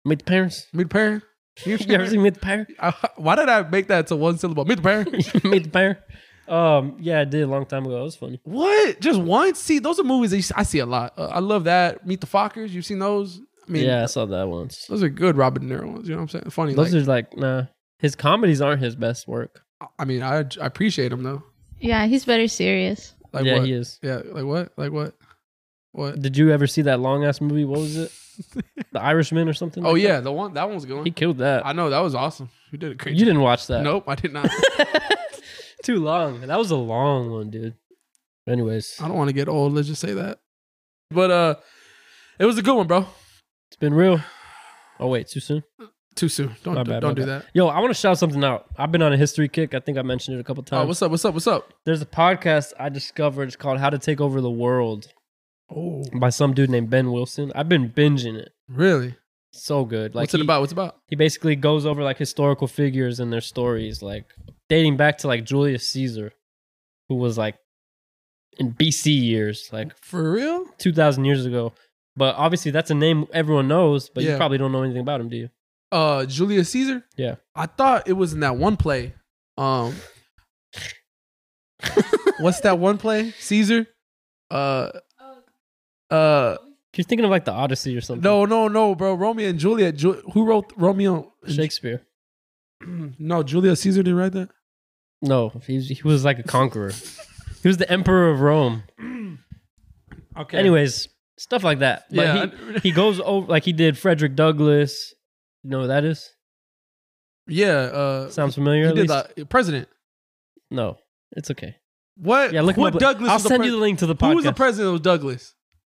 Meet the parents.
Meet the Parents. You ever
You ever
seen-
seen Meet the Parent?
I- why did I make that to one syllable? Meet the Parents.
Meet the Parent. Um, yeah, I did a long time ago. It was funny.
what? Just once? See, those are movies that you s- I see a lot. Uh, I love that. Meet the Fockers. You've seen those? I mean,
yeah, I saw that once.
those are good Robert De Niro ones. You know what I'm saying? Funny.
Those
like,
are like nah. His comedies aren't his best work.
I mean, I, I appreciate him though.
Yeah, he's better serious.
Like
yeah,
what?
he is.
Yeah, like what? Like what? What?
Did you ever see that long ass movie? What was it? the Irishman or something?
Oh
like
yeah, the one that one was
that?
going.
he killed that.
I know that was awesome. You did a great.
you didn't watch that.
Nope, I did not.
Too long. That was a long one, dude. Anyways,
I don't want to get old. Let's just say that. But uh, it was a good one, bro.
it's been real. Oh wait, too soon.
Too soon. Don't
My bad,
don't
my
do
bad.
that.
Yo, I want to shout something out. I've been on a history kick. I think I mentioned it a couple
Oh,
times.
what's up? What's up? What's up?
There's a podcast I discovered. It's called How to Take Over the World
Oh,
by some dude named Ben Wilson. I've been binging it.
really?
So good. Like
what's
he-
it about? What's it about?
he basically goes over like historical figures and their stories, like dating back to like Julius Caesar, who was like in BC years, like
For real?
two thousand years ago. But obviously, that's a name everyone knows, but you
Yeah.
probably don't know anything about him, do you?
Uh, Julius Caesar.
Yeah.
I thought it was in that one play. Um, what's that one play? Caesar. Uh, uh,
You're thinking of like the Odyssey or something.
No, no, no, bro. Romeo and Juliet. Ju- who wrote Romeo? and-
Shakespeare.
no, Julius Caesar didn't write that.
No, he he was like a conqueror. he was the emperor of Rome.
Okay.
Anyways, stuff like that. But
yeah.
he, he goes over like he did Frederick Douglass. You know who that is?
yeah. Uh,
Sounds familiar.
he
at
did
least?
the uh, president.
No, it's okay.
What?
Yeah, look him
what
up.
Douglas?
I'll
was the
send
pres-
you the link to the podcast.
Who was the president of Douglas?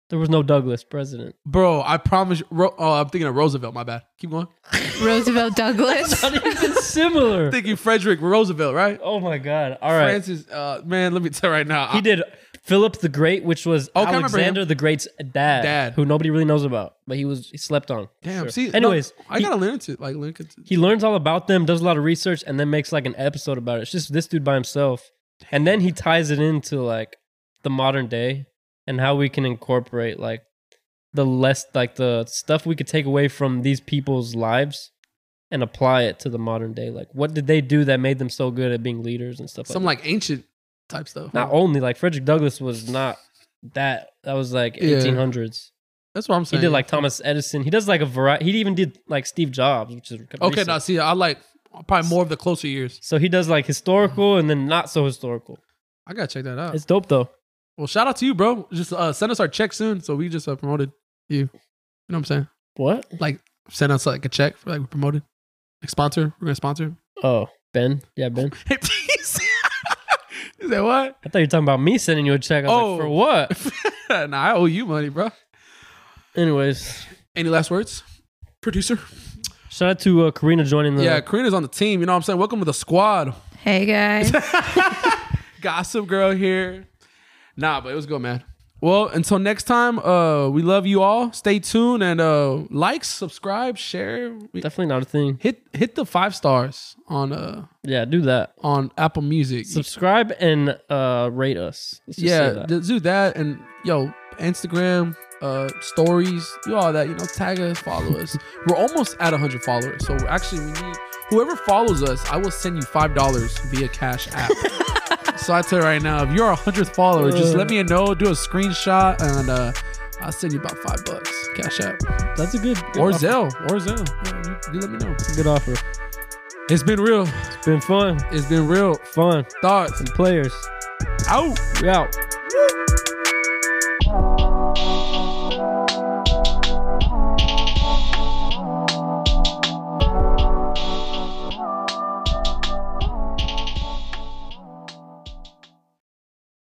there was no Douglas president.
Bro, I promise. you- Ro- oh, I'm thinking of Roosevelt. My bad. Keep going.
Roosevelt Douglas.
Not even similar.
I'm thinking Frederick Roosevelt, right?
Oh my god! All right,
Francis. Uh, man, let me tell you right now.
he
I-
did Philip the Great, which was
Okay, I remember
Alexander the Great's dad,
Dad.
who nobody really knows about, but he was he slept on.
Damn.
Sure.
See. no,
anyways,
I
he-
gotta learn to like Lincoln.
he learns all about them, does a lot of research, and then makes like an episode about it. It's just this dude by himself. And then he ties it into like the modern day and how we can incorporate like the less like the stuff we could take away from these people's lives and apply it to the modern day. Like what did they do that made them so good at being leaders and stuff
Some
like
like ancient type stuff.
that? Not only like Frederick Douglass was not that that was like
Yeah.
eighteen hundreds.
That's what I'm
He
saying.
did like Thomas Edison. He does like a variety he even did like Steve Jobs, which is
Okay,
recent.
now see, I like probably more of the closer years.
So he does like historical and then not so historical.
I gotta check that out.
It's dope though.
well, shout out to you, bro. Just uh, send us our check soon, so we just uh, promoted you. You know what I'm saying?
What?
Like, send us like a check for like we promoted, like sponsor. We're gonna sponsor.
Oh, Ben. Yeah, Ben.
Hey, please. Is that what?
I thought you were talking about me sending you a check. I was
Oh.
like, for what?
nah, I owe you money, bro.
Anyways,
Any last words, producer?
shout out to uh, Karina joining the.
yeah, Karina's on the team. You know what I'm saying? Welcome to the squad.
hey guys.
Gossip girl here. Nah, but it was good, man. Well, until next time, uh, we love you all. Stay tuned and uh, like, subscribe, share. We-
Definitely not a thing.
hit hit the five stars on uh
Yeah, do that.
on Apple Music.
Subscribe and uh, rate us. Let's just say
yeah,
that.
th- do that and yo Instagram uh stories, do all that. You know, tag us, follow us. We're almost at hundred followers, so we're actually we need whoever follows us. I will send you five dollars via Cash App. so I tell you right now, if you're a hundredth follower, just
Uh.
let me know, do a screenshot, and uh I'll send you about five bucks Cash App
That's a good. good
or
offer.
Zelle or Zelle. Yeah, You, you let me know.
Good offer.
It's been real.
It's been fun.
It's been real.
Fun.
Thoughts
And players.
out.
We out.